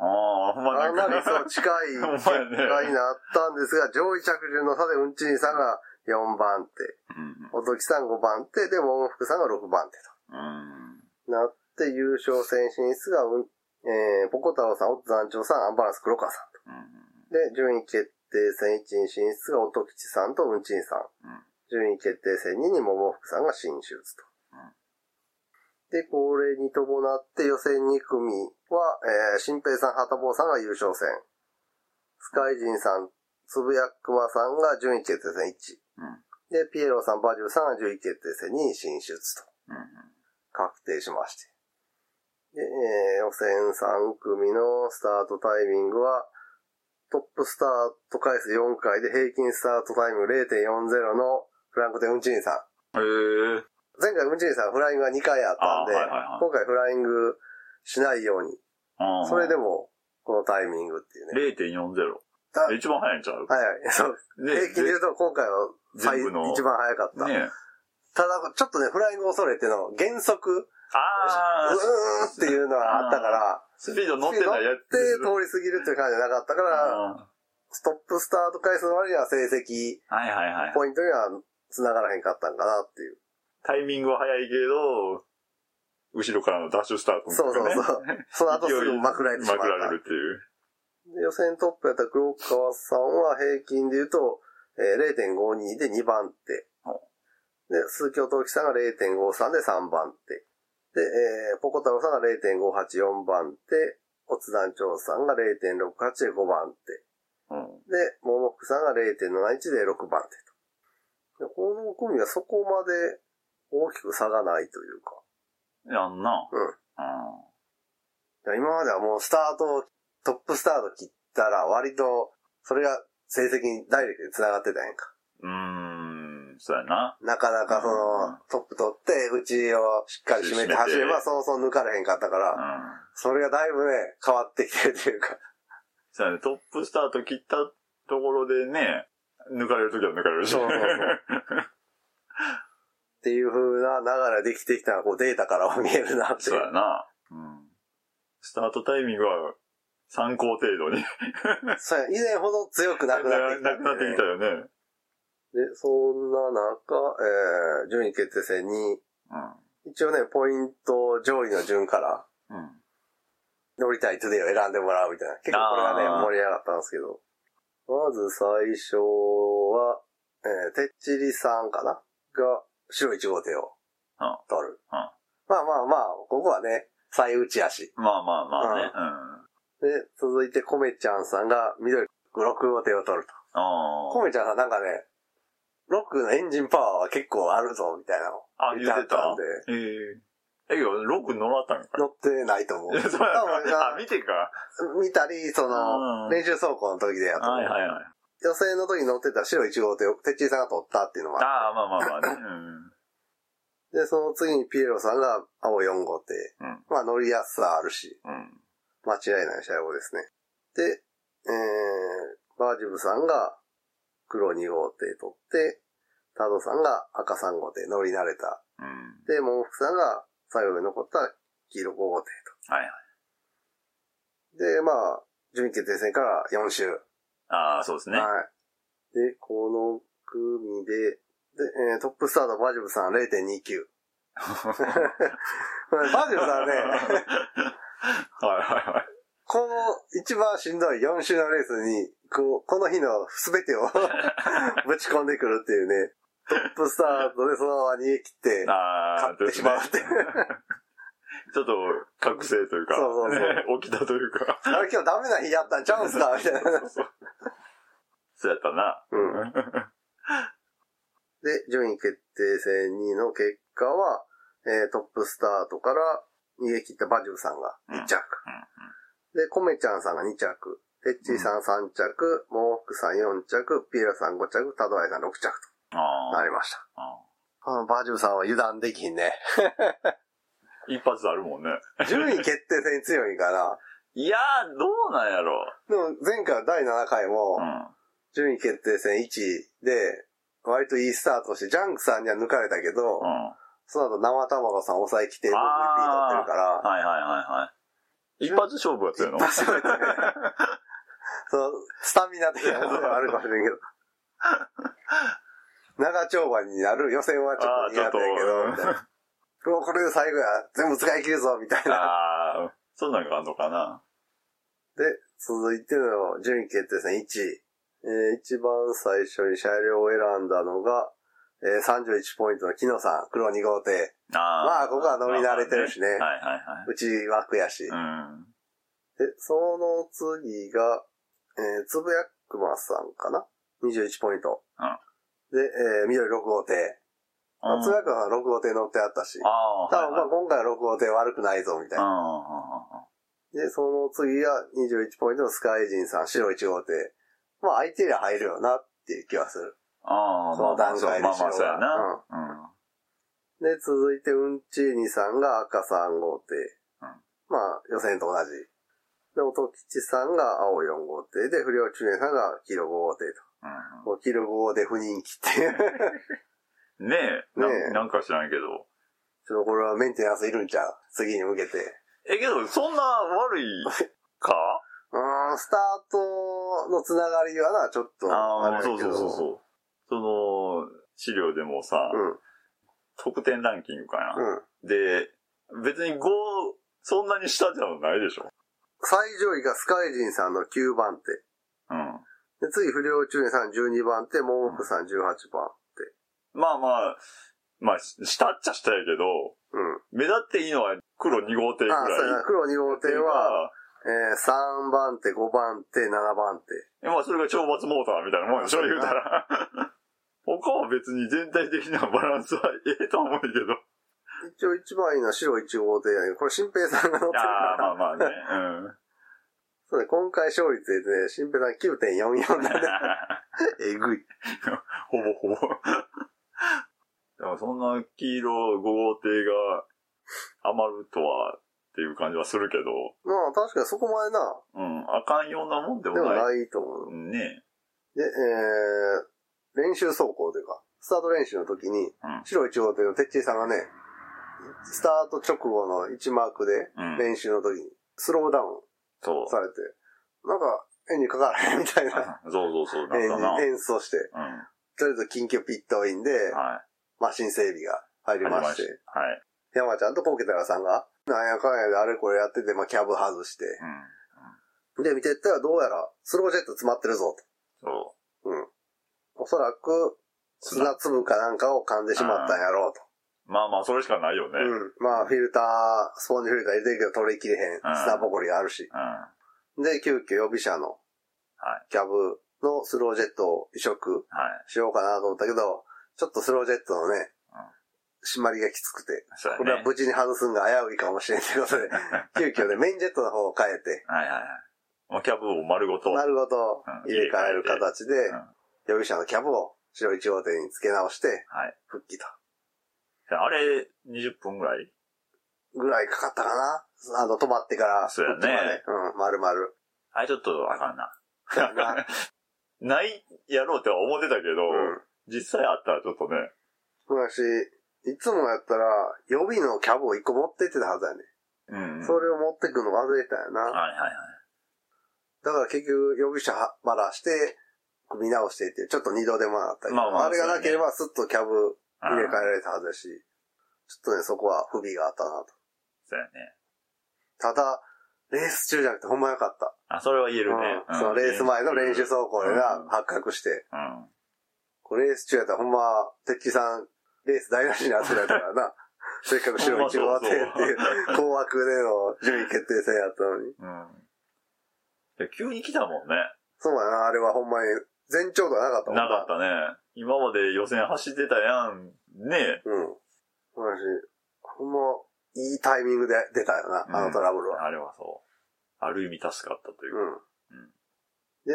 Speaker 1: と。
Speaker 2: ああ、ほんま
Speaker 1: か
Speaker 2: なん
Speaker 1: なりそう
Speaker 2: か。
Speaker 1: 近い
Speaker 2: ほんま
Speaker 1: 結果
Speaker 2: やね
Speaker 1: になったんですが、上位着順の差でウンチーニさんが4番手。
Speaker 2: うん
Speaker 1: おときさん5番手で、桃福さんが6番手
Speaker 2: うん。うん。
Speaker 1: となって、優勝戦進出が、うん、えー、ポコ太郎さん、オット団長さん、アンバランス黒川さん
Speaker 2: うん
Speaker 1: と。で、順位決定戦1に進出が、おときちさんとうんちんさん。
Speaker 2: うん
Speaker 1: 順位決定戦2に桃福さんが進出と。
Speaker 2: うん
Speaker 1: で、これに伴って予選2組は、えー、新平さん、はたぼうさんが優勝戦。スカイジンさん、つぶやくまさんが順位決定戦1。
Speaker 2: うん
Speaker 1: で、ピエロさん、バジルさんが順位決定戦に進出と
Speaker 2: う
Speaker 1: 確定しまして。で、えー予選3組のスタートタイミングは、トップスタート回数4回で平均スタートタイム0.40のフランク・デ・ウンチーニさん。
Speaker 2: ん。へえ。
Speaker 1: 前回ウンチーニさんフライングが2回あったんで、
Speaker 2: あはいはいはい
Speaker 1: 今回フライングしないように、
Speaker 2: あー
Speaker 1: それでもこのタイミングっていうね。
Speaker 2: 0.40。
Speaker 1: だ
Speaker 2: 一番早いんちゃう
Speaker 1: はいはい。そう
Speaker 2: ね
Speaker 1: 平均で言うと今回は最
Speaker 2: 全部の
Speaker 1: 一番早かった。
Speaker 2: ねえ
Speaker 1: ただ、ちょっとね、フライング恐れっていうのは減速、
Speaker 2: ああ、
Speaker 1: うーんっていうのはあったから、
Speaker 2: スピード乗ってないや
Speaker 1: で、通り過ぎるっていう感じじゃなかったから、
Speaker 2: あ
Speaker 1: ストップスタート回数の割には成績、
Speaker 2: はいはいはい。
Speaker 1: ポイントには繋がらへんかったんかなっていう。
Speaker 2: タイミングは早いけど、後ろからのダッシュスタート、
Speaker 1: そうそう そう。その後すぐまくられてしまっ
Speaker 2: まくら
Speaker 1: た
Speaker 2: れ。るっていう。
Speaker 1: で予選トップやった黒川さんは平均で言うと、えー0.52で2番手。で、鈴木音樹さんが0.53で3番手。で、えーポコ太郎さんが0.584番手。おつ団長さんが0.68で5番
Speaker 2: うん。
Speaker 1: 手。で、桃福さんが0.71で6番手と。でこの組はそこまで大きく差がないというか。
Speaker 2: やんな。
Speaker 1: うん
Speaker 2: うん。
Speaker 1: だから今まではもうスタート、トップスタート切ったら割と、それが成績にダイレクトに繋がってたやんか。
Speaker 2: うーん、そうやな。
Speaker 1: なかなかそ
Speaker 2: うん
Speaker 1: の、トップ取って、うちをしっかり締めて
Speaker 2: 締めて
Speaker 1: 走れば、そうそう抜かれへんかったか
Speaker 2: う
Speaker 1: ら、
Speaker 2: ん。
Speaker 1: それがだいぶね、変わってきてるというか、
Speaker 2: そうやね。トップスタート切ったところでね、抜かれるときは抜かれるし。
Speaker 1: そうそうっていう風な流れできてきたのが、こうデータからも見えるなってい
Speaker 2: そうや
Speaker 1: う。
Speaker 2: な。うん。スタートタイミングは参考程度に。
Speaker 1: そうや、以前ほど強くな
Speaker 2: な
Speaker 1: くなってきた、
Speaker 2: くなってきたよね。
Speaker 1: で、そんな中、えー、順位決定戦に、一応ね、ポイント上位の順から、
Speaker 2: うん。うん。
Speaker 1: 乗りたいトゥデイを選んでもらうみたいな。結構これがね、
Speaker 2: あー
Speaker 1: 盛り上がったんですけど。まず最初は、えー、てっちりさんかなが、白1号艇を
Speaker 2: うん
Speaker 1: 取る。
Speaker 2: うん
Speaker 1: まあまあまあ、ここはね、最内足。
Speaker 2: まあまあまあね。うん。
Speaker 1: で、続いてコメちゃんさんが緑6号艇を取ると。
Speaker 2: あ
Speaker 1: コメちゃんさんなんかね、6のエンジンパワーは結構あるぞ、みたいなのを
Speaker 2: あ。あ、言ってた
Speaker 1: んで、。
Speaker 2: ええ。え、いや、ロック乗らったんか。
Speaker 1: 乗ってないと思う。
Speaker 2: いや そうや
Speaker 1: 多分
Speaker 2: な。あ、
Speaker 1: な
Speaker 2: 見てか。
Speaker 1: 見たり、その、
Speaker 2: うん
Speaker 1: 練習走行の時でやったと思う
Speaker 2: はいはいはい。
Speaker 1: 予選の時に乗ってた白1号艇をてっちりさんが取ったっていうのは。
Speaker 2: ああ、まあまあまあね。うん。
Speaker 1: で、その次にピエロさんが青4号艇。
Speaker 2: うん
Speaker 1: まあ乗りやすさあるし、
Speaker 2: うん。
Speaker 1: 間違いない車両ですね。で、えー、バージブさんが黒2号艇取って、タドさんが赤3号艇乗り慣れた。
Speaker 2: うん。
Speaker 1: で、モンフクさんが最後に残った黄色5号艇
Speaker 2: はいはい。
Speaker 1: と。で、まあ、順位決定戦から4周。
Speaker 2: ああ、そうですね。
Speaker 1: はい。で、この組で、で、えートップスタートバージョブさん0.29。バージョブさんはね、
Speaker 2: はいはいはい。
Speaker 1: この一番しんどい4周のレースに、こう、この日の全てを ぶち込んでくるっていうね、トップスタートでそのまま逃げ切って、
Speaker 2: あ
Speaker 1: 買
Speaker 2: あ、
Speaker 1: ってしまうって
Speaker 2: ですねちょっと、覚醒というか、
Speaker 1: そうそうそう
Speaker 2: ね起きたというか。
Speaker 1: あれ今日ダメな日やったんちゃうんすかみたいな。
Speaker 2: そうそうそうやったな。
Speaker 1: うんで、順位決定戦2の結果は、えートップスタートから逃げ切ったバジュさんが1着。で、コメちゃんさんが2着。てっちーさん3着、モーフクさん4着、ピエラさん5着、タドアイさん6着と
Speaker 2: あ
Speaker 1: な
Speaker 2: あ
Speaker 1: りました。
Speaker 2: あ
Speaker 1: このバジュさんは油断できひんね。
Speaker 2: ー。一発あるもんね。
Speaker 1: 順位決定戦に強いんかな。
Speaker 2: いやー、どうなんやろ
Speaker 1: でも前回第7回
Speaker 2: う。
Speaker 1: も
Speaker 2: ん。
Speaker 1: 順位決定戦1位で、割といいスタートして、ジャンクさんには抜かれたけど、
Speaker 2: うん。
Speaker 1: その後生卵さん抑えきて MVP 取ってるから、
Speaker 2: はいはいはいはい。一発勝負やったよな。
Speaker 1: 一発勝負やったその、スタミナ的なことはあるかもしれんけど。長丁場になる予選はちょっと嫌だったんやけど、みたいな。もうこれで最後や、全部使い切るぞ、みたいな。
Speaker 2: ああ、そんなんがあんのかな。
Speaker 1: で、続いての順位決定戦1位。えー一番最初に車両を選んだのが、えー31ポイントの木野さん、黒2号艇。
Speaker 2: ああ。
Speaker 1: まあここは乗り慣れてるしね
Speaker 2: まあまあねはいは
Speaker 1: うち枠やし。
Speaker 2: いはい。うん。
Speaker 1: で、その次が、えーつぶやくまさんかな ?21 ポイント。で、えー緑6号艇。まあつぶやくまさん6号艇乗ってあったし。
Speaker 2: ああ、
Speaker 1: 多分まあ
Speaker 2: はい
Speaker 1: 今回は6号艇悪くないぞ、みたいな。
Speaker 2: は
Speaker 1: で、その次が21ポイントのスカイジンさん、白1号艇。まあ相手には入るよなっていう気はする。
Speaker 2: い。ああ、
Speaker 1: この段階で
Speaker 2: まあまあ、
Speaker 1: 白は
Speaker 2: そうやな。うん。
Speaker 1: で、続いてうんちーにさんが赤3号艇。まあ予選と同じ。で、音吉さんが青4号艇で、不良中年さんが黄色5号艇と。もうキル号で不人気っていう。
Speaker 2: うんねえ、
Speaker 1: ね
Speaker 2: な
Speaker 1: え
Speaker 2: んなんか知らんけど。
Speaker 1: ちょっとこれはメンテナンスいるんちゃう次に向けて。
Speaker 2: え、けど、そんな悪いか
Speaker 1: うーん、スタートのつながりはな、ちょっと
Speaker 2: あ
Speaker 1: れ
Speaker 2: あ、
Speaker 1: やけど。
Speaker 2: そうそうそうそう。その、資料でもさ、
Speaker 1: うん。
Speaker 2: 得点ランキングかな。
Speaker 1: うん。
Speaker 2: で、別に5、そんなに下じゃないでしょ。
Speaker 1: 最上位がスカイジンさんの9番手。
Speaker 2: うん。
Speaker 1: で次、不良中年さん12番手、モンフさん18番
Speaker 2: まあまあ、まあ、し下っちゃ下やけど、
Speaker 1: 手。うん。
Speaker 2: 目立っていいのは黒2号艇ぐらい
Speaker 1: あ、。そうやな。黒2号艇は、、えー、3番手、5番手、7番手。
Speaker 2: まあそれが懲罰モーターみたいなもんでしょ、言うたら。 他は別に全体的なバランスはええとは思う けど。
Speaker 1: 一応一番いいのは白1号艇やねこれ、新平さんが乗ってるか
Speaker 2: ああ、ま
Speaker 1: ら。
Speaker 2: あまあね。
Speaker 1: そうね、今回勝率でね、新平さん9.44なん で、えぐい。
Speaker 2: うん。ほぼほぼ。でもそんな黄色5号艇が余るとはっていう感じはするけど、
Speaker 1: まあ、確かにそこまでな、
Speaker 2: うん、あかんようなもんで
Speaker 1: で
Speaker 2: も
Speaker 1: も
Speaker 2: ない。
Speaker 1: ないと思う。
Speaker 2: ね。
Speaker 1: で、えー、練習走行というか、スタート練習の時に、
Speaker 2: うん
Speaker 1: 白1号艇のてっちりさんがね、スタート直後の1マークで、
Speaker 2: うん。
Speaker 1: 練習の時に、スローダウン
Speaker 2: そう。
Speaker 1: されて、なんか、絵にかからへんみたいな
Speaker 2: そうそうそう、なんかな。う
Speaker 1: 演
Speaker 2: ん。
Speaker 1: 演奏して、
Speaker 2: は
Speaker 1: とりあえず緊急ピットインで、マシン整備が入
Speaker 2: い。
Speaker 1: りまして、
Speaker 2: はい。
Speaker 1: 山ちゃんとコウケタラさんが、なんやかんやであれこれやってて、まあ、キャブ外して、
Speaker 2: うん。
Speaker 1: で、見てったらどうやら、スロージェット詰まってるぞ
Speaker 2: そう。
Speaker 1: と。うん。おそらく、砂粒かなんかを噛んでしまったんやろうと。
Speaker 2: まあまあ、それしかないよね。うん。
Speaker 1: うん。まあ、フィルター、スポンジフィルター入れてるけど取りきれへん。
Speaker 2: うん
Speaker 1: 砂ぼこりがあるし。
Speaker 2: は
Speaker 1: で、急遽予備車の
Speaker 2: は、
Speaker 1: キャブのスロージェットを移植
Speaker 2: い。
Speaker 1: しようかなと思ったけど、ちょっとスロージェットのね
Speaker 2: うん、
Speaker 1: 締まりがきつくて、
Speaker 2: そうや
Speaker 1: こ
Speaker 2: ね。
Speaker 1: れは無事に外すんが危ういかもしれんということで、 急遽ね、メインジェットの方を変えて、
Speaker 2: はいはいはい。まあ、キャブを丸ごと。
Speaker 1: 丸ごと入れ替える形で
Speaker 2: うん、
Speaker 1: 予備車のキャブを白1号艇に付け直して、
Speaker 2: はい。
Speaker 1: 復帰と。
Speaker 2: あれ、20分ぐらい
Speaker 1: ぐらいかかったかなあの、止まってから、
Speaker 2: そうやね
Speaker 1: 復帰までうん、丸々。
Speaker 2: あれちょっとあかんな。
Speaker 1: そうやな
Speaker 2: ないやろうとは思ってたけど、
Speaker 1: うん。
Speaker 2: 実際あったらちょっとね。
Speaker 1: そうやし、いつもやったら、予備のキャブを1個持ってってたはずやね。
Speaker 2: うん。
Speaker 1: そ
Speaker 2: は
Speaker 1: れを持ってくの忘れてたんや
Speaker 2: い
Speaker 1: な。
Speaker 2: はいはい。
Speaker 1: だから結局、予備車ばらして、組み直してっていう、ちょっと二度でもなかったけど、
Speaker 2: まあまあ
Speaker 1: あれがなければ、スッとキャブ入れ替え
Speaker 2: え。
Speaker 1: られたはずだし、ちょっとね、そこは不備があったなと。
Speaker 2: そうやね。
Speaker 1: ただ、レース中じゃなくてほんまよかった。
Speaker 2: あ、それは言えるね。
Speaker 1: うん
Speaker 2: うん
Speaker 1: そのレース前の練習
Speaker 2: う
Speaker 1: 走行で
Speaker 2: う、
Speaker 1: なん発覚して、
Speaker 2: ん。
Speaker 1: これレース中やったらほんま、てっきりさん、レース台無しに遊べたから な。せっかく白一号当てっていう、高枠での順位決定戦やったのに。
Speaker 2: うん。いや急に来たもんね。
Speaker 1: そうやな、あれはほんまに、前兆とはなかったもん
Speaker 2: なかったね。今まで予選走ってたやん。ね
Speaker 1: うん。私、ほんま、いいタイミングで出たよな、あのトラブルは。
Speaker 2: あれはそう。ある意味助かったというか。
Speaker 1: うん。で、え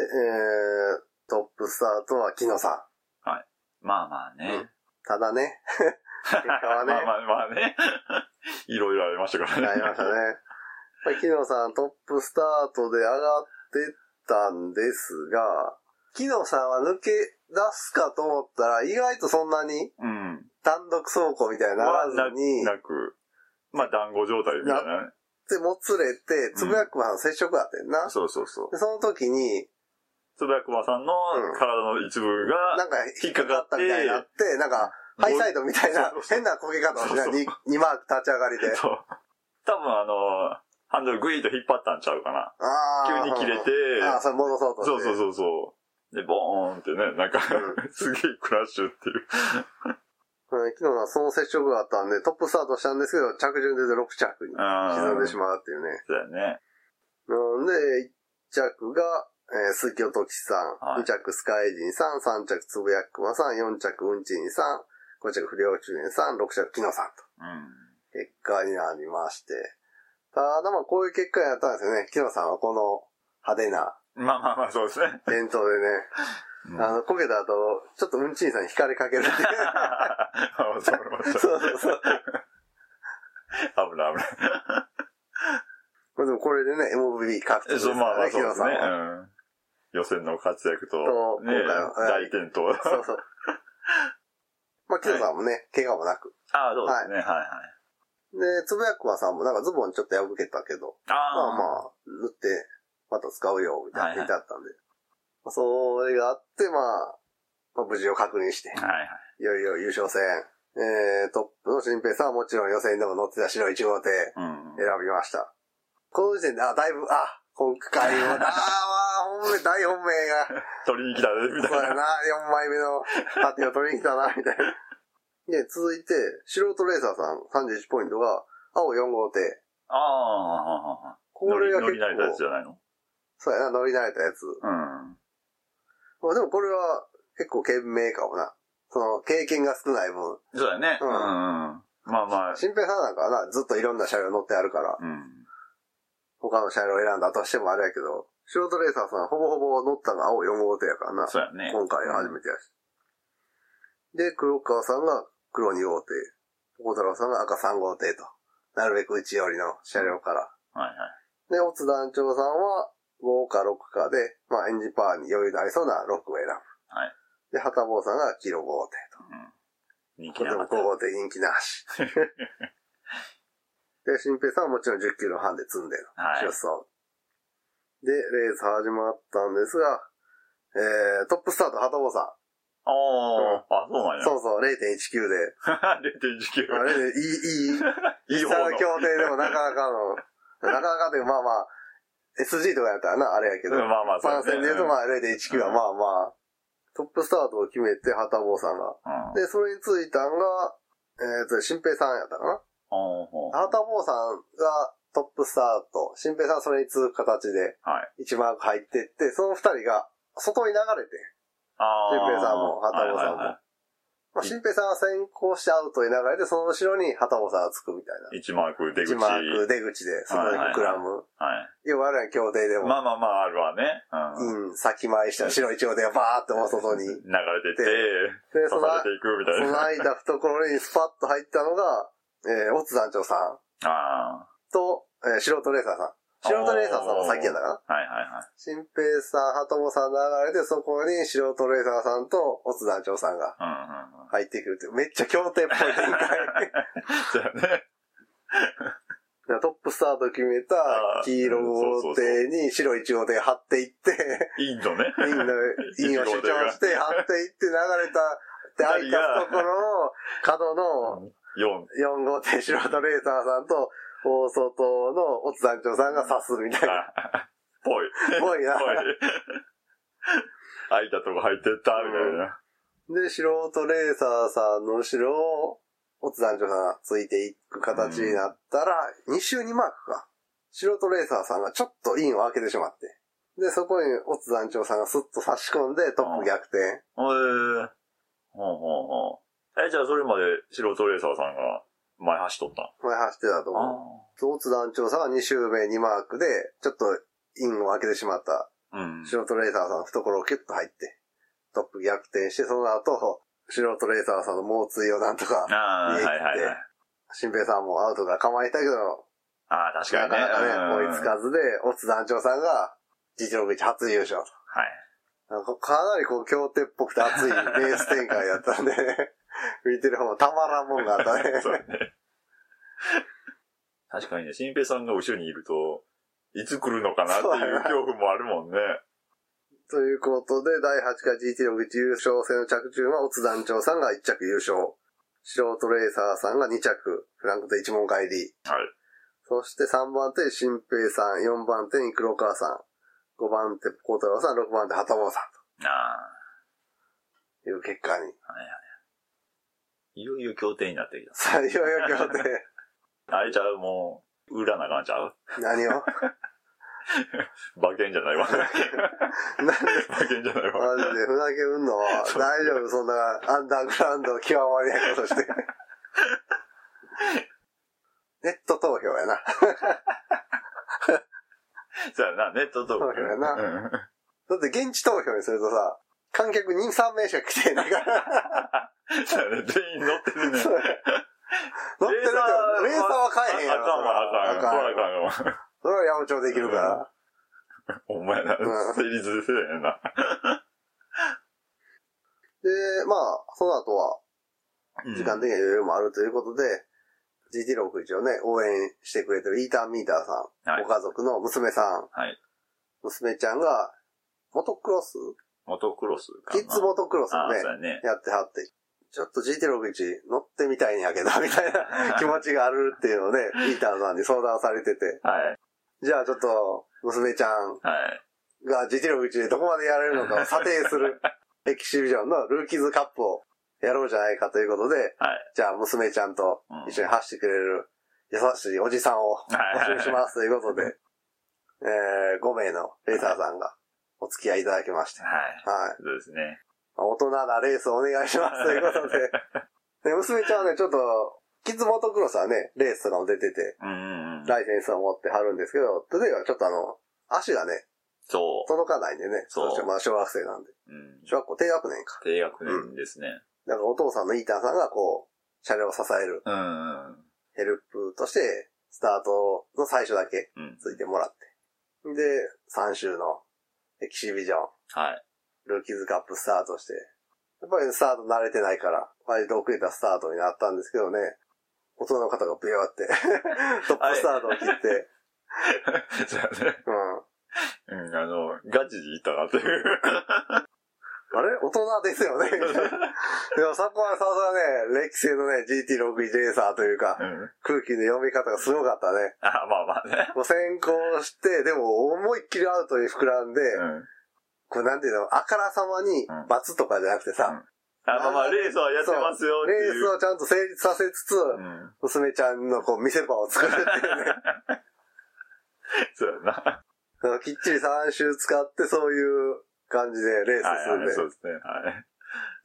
Speaker 1: ー、トップスタートは木野さ
Speaker 2: まあまあ
Speaker 1: ん。
Speaker 2: ね。
Speaker 1: うんただ ね、結果はね、
Speaker 2: まあまあまあね。 いろいろありましたからね。
Speaker 1: なりましたね。まあ、木野さんトップスタートで上がってたんですが、木野さんは抜け出すかと思ったら、意外とそんなに
Speaker 2: うん。
Speaker 1: 単独走行みたいにならずに、
Speaker 2: まあななく、まあ団子状態みたいなね。
Speaker 1: で、もつれて、つぶやくまの接触あってんな。
Speaker 2: そうそうそう。
Speaker 1: で、その時に、
Speaker 2: つばやくまさんの
Speaker 1: うん
Speaker 2: 体の一部
Speaker 1: な
Speaker 2: が、
Speaker 1: んか引っかかったみたいになって、なんか、ハイサイドみたいな
Speaker 2: そうそう
Speaker 1: 変な焦げ方をしな
Speaker 2: そうそう
Speaker 1: い、2マーク立ち上がりで。
Speaker 2: そう。多分あの、ハンドルグイッと引っ張ったんちゃうかな。
Speaker 1: あー
Speaker 2: 急に切れて、
Speaker 1: ああ、それ戻そうとして。
Speaker 2: そうそうそうそう。で、ボーンってね、なんか、
Speaker 1: う
Speaker 2: すげえクラッシュっていう。
Speaker 1: うん昨日はその接触があったんで、トップスタートしたんですけど、着順で6着に 沈んでし
Speaker 2: ま
Speaker 1: まうっていうね。
Speaker 2: う。だよね。
Speaker 1: なんで、1着が、えー、鈴木おときさ
Speaker 2: はい
Speaker 1: ん、2着スカイジンさん、3着つぶやっくまさん、4着うんちにさん、5着不良中年さん、6着きのさんと、
Speaker 2: うん。
Speaker 1: 結果になりまして。ただまあ、こういう結果になったんですよね。きのさんはこの派手な
Speaker 2: まあまあまあ、そうですね。
Speaker 1: 伝統でね、
Speaker 2: うん
Speaker 1: あの、こけた後、ちょっとうんちにさんに光りかけるって いう。
Speaker 2: あ そうそう
Speaker 1: そうそうそう。
Speaker 2: 危ない危ない。
Speaker 1: まあでもこれでね、MVP 獲得
Speaker 2: え
Speaker 1: です
Speaker 2: そう、
Speaker 1: か
Speaker 2: まあま
Speaker 1: ら
Speaker 2: あ
Speaker 1: ね、木
Speaker 2: そうで
Speaker 1: 野
Speaker 2: す
Speaker 1: さん
Speaker 2: ね。う
Speaker 1: は。
Speaker 2: ん。予選の活躍と
Speaker 1: と、
Speaker 2: ね
Speaker 1: 今回はは
Speaker 2: 大
Speaker 1: い
Speaker 2: 転倒。
Speaker 1: そうそう。まあ、木野さんもね、怪我もなく。
Speaker 2: ああ、そうですね。はいはい。
Speaker 1: で、つぶやくまさんもなんかズボンちょっと破けたけど、
Speaker 2: あ
Speaker 1: まあま
Speaker 2: あ。
Speaker 1: あ、塗って、また使うよ、みたいな
Speaker 2: はいは
Speaker 1: 感
Speaker 2: い
Speaker 1: じだったんで。まあそれがあって、まあ、まあ、無事を確認して、
Speaker 2: はいはい。
Speaker 1: いよいよ優勝戦。えー、トップの新平さんはもちろん予選でも乗ってた白1号艇
Speaker 2: うん。
Speaker 1: 選びました。この時点で、あ、だいぶ、あ、今回 も、あー、まあ、本命、大本命が。
Speaker 2: 取りに来たね、みた
Speaker 1: そう
Speaker 2: い
Speaker 1: や
Speaker 2: な。
Speaker 1: な、4枚目のパティを取りに来たな、みたいな。で、続いて、素人レーサーさん31ポイントが、青4号艇。
Speaker 2: あ あ、
Speaker 1: こ
Speaker 2: 乗り、
Speaker 1: れが
Speaker 2: 乗り
Speaker 1: 結
Speaker 2: 慣れたやつじ
Speaker 1: 構、
Speaker 2: ゃないの
Speaker 1: そうやな、乗り慣れたやつ。
Speaker 2: うん。
Speaker 1: まあでもこれは結構懸命かもな。その、経験が少ない分。
Speaker 2: そうだね。
Speaker 1: う
Speaker 2: うんん。まあまあ、
Speaker 1: 新平さんなんかはな、ずっといろんな車両乗ってあるから、
Speaker 2: うん。
Speaker 1: 他の車両を選んだとしてもあれやけど、素人レーサーさんはほぼほぼ乗ったのが青4号艇やからな。
Speaker 2: そうやね。
Speaker 1: 今回が初めてやし。で、黒川さんが黒2号艇、小太郎さんが赤3号艇と、なるべく1よりの車両から。
Speaker 2: はいはい。
Speaker 1: で、オツ団長さんは5か6かで、まあエンジンパワーに余裕のありそうな6を選ぶ。
Speaker 2: はい。
Speaker 1: で、旗坊さんが黄色5号艇と。
Speaker 2: 人気
Speaker 1: これ
Speaker 2: な
Speaker 1: で
Speaker 2: か
Speaker 1: も5
Speaker 2: った。
Speaker 1: 号艇人気な し。で、新平さんはもちろん10キロ半で積んでる。
Speaker 2: はい
Speaker 1: 出。走。で、レース始まったんですが、えー、トップスタート、旗坊さん。
Speaker 2: ああ、あ、そうなんや。
Speaker 1: そうそう、0.19で。
Speaker 2: 0.19。
Speaker 1: あれね、いい、いい、
Speaker 2: いい
Speaker 1: 下
Speaker 2: 方の
Speaker 1: の協定でもなかなかの、なかなかでもまあまあ、SG とかやったらな、あれやけど、
Speaker 2: うんまあまあそうだね
Speaker 1: 参戦で言うとまあ0.19は
Speaker 2: うん
Speaker 1: まあまあ、トップスタートを決めて、旗坊さんが。
Speaker 2: うんあ
Speaker 1: で、それについたんが、えっ、と、新平さんやったかな。
Speaker 2: あほう
Speaker 1: 旗坊さんがトップスタート、新平さんそれに続く形で、
Speaker 2: はい。
Speaker 1: 1マーク入ってって、その2人が、外に流れて、
Speaker 2: ああ。
Speaker 1: 新平さんも
Speaker 2: はい
Speaker 1: 畑
Speaker 2: は
Speaker 1: 岡さんも
Speaker 2: いは
Speaker 1: まあ、新平さんが先行してアウトに流れて、その後ろに旗坊さんがつくみたいな。
Speaker 2: い。1マーク出口。
Speaker 1: 一マーク出口で、そこに膨らむ。
Speaker 2: はい。
Speaker 1: 要はあれは協定でも、
Speaker 2: まあまあまあ、あるわね。うん。
Speaker 1: イン、先回りした白い丁でバーってもう外に。で
Speaker 2: 流、れてて、
Speaker 1: そ
Speaker 2: 刺
Speaker 1: の、
Speaker 2: され
Speaker 1: そ
Speaker 2: ていくみたい
Speaker 1: の
Speaker 2: な。
Speaker 1: 間、懐にスパッと入ったのが、えー、オツ団長さん
Speaker 2: あ
Speaker 1: と、えー、素人レーサーさん。素人レーサーさんは先やったかな
Speaker 2: あ。はいはいはい。
Speaker 1: 新平さん、鳩もさん流れて、そこに素人レーサーさんと、オツ団長さんが
Speaker 2: うんうんうん。
Speaker 1: 入ってくるっていう、めっちゃ協定っぽい展 開。
Speaker 2: そうやね。
Speaker 1: だからトップスタート決めた
Speaker 2: あー
Speaker 1: 黄色号艇に白1号艇貼っていって、
Speaker 2: インドね。
Speaker 1: イン の、インを主張して貼っていって流れたって開いたところを、角の
Speaker 2: 4。
Speaker 1: 4号艇素人レーサーさんと、大外のオツ団長さんが刺すみ たいな。
Speaker 2: あぽい。
Speaker 1: ぽいな。
Speaker 2: ぽい。開いたとこ入ってった、みたいな。
Speaker 1: で、素人レーサーさんの後ろを、オツ団長さんがついていく形になったら、2周2マークか。素人レーサーさんがちょっとインを開けてしまって。で、そこにオツ団長さんがスッと差し込んでトップ逆転。
Speaker 2: へえ。ほうほうほう。え、じゃあそれまで素人レーサーさんが前走っとった
Speaker 1: 前走ってたと思う。オツ団長さんが2周目2マークで、ちょっとインを開けてしまった
Speaker 2: うん。
Speaker 1: 素人レーサーさんの懐をキュッと入って、トップ逆転して、その後、素人レーサーさんの猛追をなんとか、
Speaker 2: ああ、はいはいはい。
Speaker 1: 新平さんもアウトから構えたけど、
Speaker 2: ああ、確か
Speaker 1: な
Speaker 2: に
Speaker 1: か
Speaker 2: ね。
Speaker 1: なかね、
Speaker 2: うん
Speaker 1: 追いつかずで、オツ団長さんが、実力一初優勝と。
Speaker 2: はい。
Speaker 1: なんかかなりこう、強手っぽくて熱いレース展開やったんで、 見てる方もたまらんもんがあったね。
Speaker 2: そうね。確かにね、新平さんが後ろにいると、いつ来るのかなって
Speaker 1: そうや
Speaker 2: いう
Speaker 1: な
Speaker 2: 恐怖もあるもんね。
Speaker 1: ということで、第8回 GT 6 1優勝戦の着順は、オツ団長さんが1着優勝。素人レーサーさんが2着。フランクと一問帰り。
Speaker 2: はい。
Speaker 1: そして3番手、新平さん。4番手に黒川さん。5番手、孝太郎さん。6番手、畑坊さん。
Speaker 2: ああ、
Speaker 1: という結果に。
Speaker 2: はいはい。いよいよ協定になってきた。
Speaker 1: さあ、いよいよ今日で。
Speaker 2: あれちゃう、もう、売らなあかんちゃう
Speaker 1: 何を
Speaker 2: 馬券じゃないわ。
Speaker 1: なんで、
Speaker 2: 馬券じゃないわ。
Speaker 1: マジで、ふざけんの大丈夫そんな、アンダーグラウンド極まりないこと して。ネット投票やな。
Speaker 2: そうやな、ネットとか。
Speaker 1: そうやな
Speaker 2: うん
Speaker 1: だって現地投票にするとさ、観客2、3名しか来てないから。
Speaker 2: そうやね、全員乗ってるね。
Speaker 1: そう乗ってるけど、レーサーは買えへんや
Speaker 2: あ
Speaker 1: ろ。
Speaker 2: かんわ、あかん
Speaker 1: そら
Speaker 2: わ。そら
Speaker 1: あかんわ
Speaker 2: あかんわ。
Speaker 1: それは八百長できるから。
Speaker 2: お前な
Speaker 1: うん、
Speaker 2: 成立せえへんな。
Speaker 1: で、まあ、その後は、時間
Speaker 2: で。
Speaker 1: 的な余裕もあるということで、GT61 をね、応援してくれてるイーターミーターさん、
Speaker 2: はい
Speaker 1: ご家族の娘さん、
Speaker 2: はい
Speaker 1: 娘ちゃんが、モトクロス
Speaker 2: モトクロスか
Speaker 1: キ
Speaker 2: な。
Speaker 1: ッズモトクロス
Speaker 2: あ
Speaker 1: を
Speaker 2: あ、
Speaker 1: ね
Speaker 2: そう、やね。
Speaker 1: やってはって、ちょっと GT61 乗ってみたいんやけど、 みたい な気持ちがあるっていうので、ピーターさんに相談されてて、
Speaker 2: はい。
Speaker 1: じゃあちょっと、娘ちゃん
Speaker 2: はい。
Speaker 1: が GT61 でどこまでやれるのかを査定す るエキシビジョンのルーキーズカップをやろうじゃないかということで、
Speaker 2: はい
Speaker 1: じゃあ娘ちゃんと一緒に走ってくれる優しいおじさんを募集しますということで、えー、5名のレーサーさんがお付き合いいただきまして、は
Speaker 2: はい。
Speaker 1: い。
Speaker 2: そうですね。
Speaker 1: 大人なレースをお願いし ますということで。で、娘ちゃんはね、ちょっと、キッズモトクロスはね、レースとかも出てて、
Speaker 2: うんうんうん。
Speaker 1: ライセンスを持ってはるんですけど、例えばちょっとあの、足がね、
Speaker 2: そ
Speaker 1: 届かないんでね。
Speaker 2: そう
Speaker 1: してまだ小学生なんで。
Speaker 2: う。うん。
Speaker 1: 小学校低学年か。
Speaker 2: 低学年ですね。
Speaker 1: だからお父さんのイータンさんがこう、車両を支える
Speaker 2: うんうんうん。
Speaker 1: ヘルプとして、スタートの最初だけ
Speaker 2: うん。
Speaker 1: ついてもらって。で、3周のエキシビジョン、
Speaker 2: はい。
Speaker 1: ルーキーズカップスタートして、やっぱりスタート慣れてないから、割と遅れたスタートになったんですけどね、大人の方がビューって、 トップスタートを切って、
Speaker 2: そうやね。
Speaker 1: うん。
Speaker 2: うん、あの、ガチでいたなという。
Speaker 1: あれ大人ですよ ねみたいなでもそこはさすがね、歴史のね、GT61 レーサーというか
Speaker 2: う、ん。
Speaker 1: 空気の読み方がすごかったね。
Speaker 2: あ、まあまあね。
Speaker 1: もう先行して、でも思いっきりアウトに膨らんで、
Speaker 2: うん。
Speaker 1: これなんていうの、あからさまに
Speaker 2: うん
Speaker 1: 罰とかじゃなくてさ、
Speaker 2: あ、まあまあ、レースはやってますよって
Speaker 1: レー
Speaker 2: い
Speaker 1: ス
Speaker 2: う。
Speaker 1: をちゃんと成立させつつ、
Speaker 2: うん。
Speaker 1: 娘ちゃんのこう見せ場を作るっていうね。
Speaker 2: そうやな。
Speaker 1: あ のきっちり3周使ってそういう感じでレースするん
Speaker 2: はい、
Speaker 1: で。
Speaker 2: そうですね。はい。
Speaker 1: だか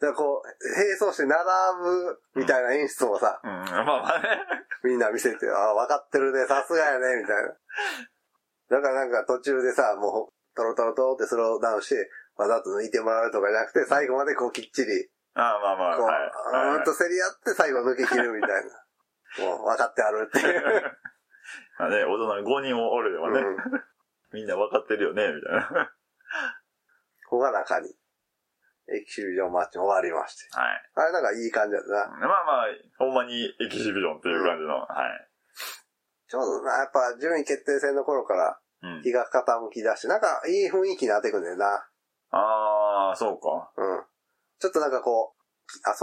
Speaker 1: らこう、並走して並ぶみたいな演出もさ、
Speaker 2: うん、まあまあね。
Speaker 1: みんな見せて、ああ、分かってるね、さすがやね、みたいな。だからなんか途中でさ、もう、トロトロトロってスローダウンして、わざと抜いてもらうとかじゃなくて、最後までこうきっちり、
Speaker 2: あまあまあ、
Speaker 1: こう、
Speaker 2: はい。は
Speaker 1: うーん
Speaker 2: い
Speaker 1: と競り合って最後抜け切るみたい な。もう、分かってあるっていう。
Speaker 2: まあね、大人5人もおればね、
Speaker 1: うん
Speaker 2: みんな分かってるよね、みたいな。
Speaker 1: ほがらかに、エキシビジョンマッチも終わりまして。
Speaker 2: はい。
Speaker 1: あれなんかいい感じだったな。
Speaker 2: まあまあ、ほんまにエキシビジョンっていう感じの、はい。
Speaker 1: ちょうどな、やっぱ順位決定戦の頃から
Speaker 2: うん。
Speaker 1: 日が傾き出して、なんかいい雰囲気になってくんだよな。
Speaker 2: ああ、そうか。
Speaker 1: うん。ちょっとなんかこう、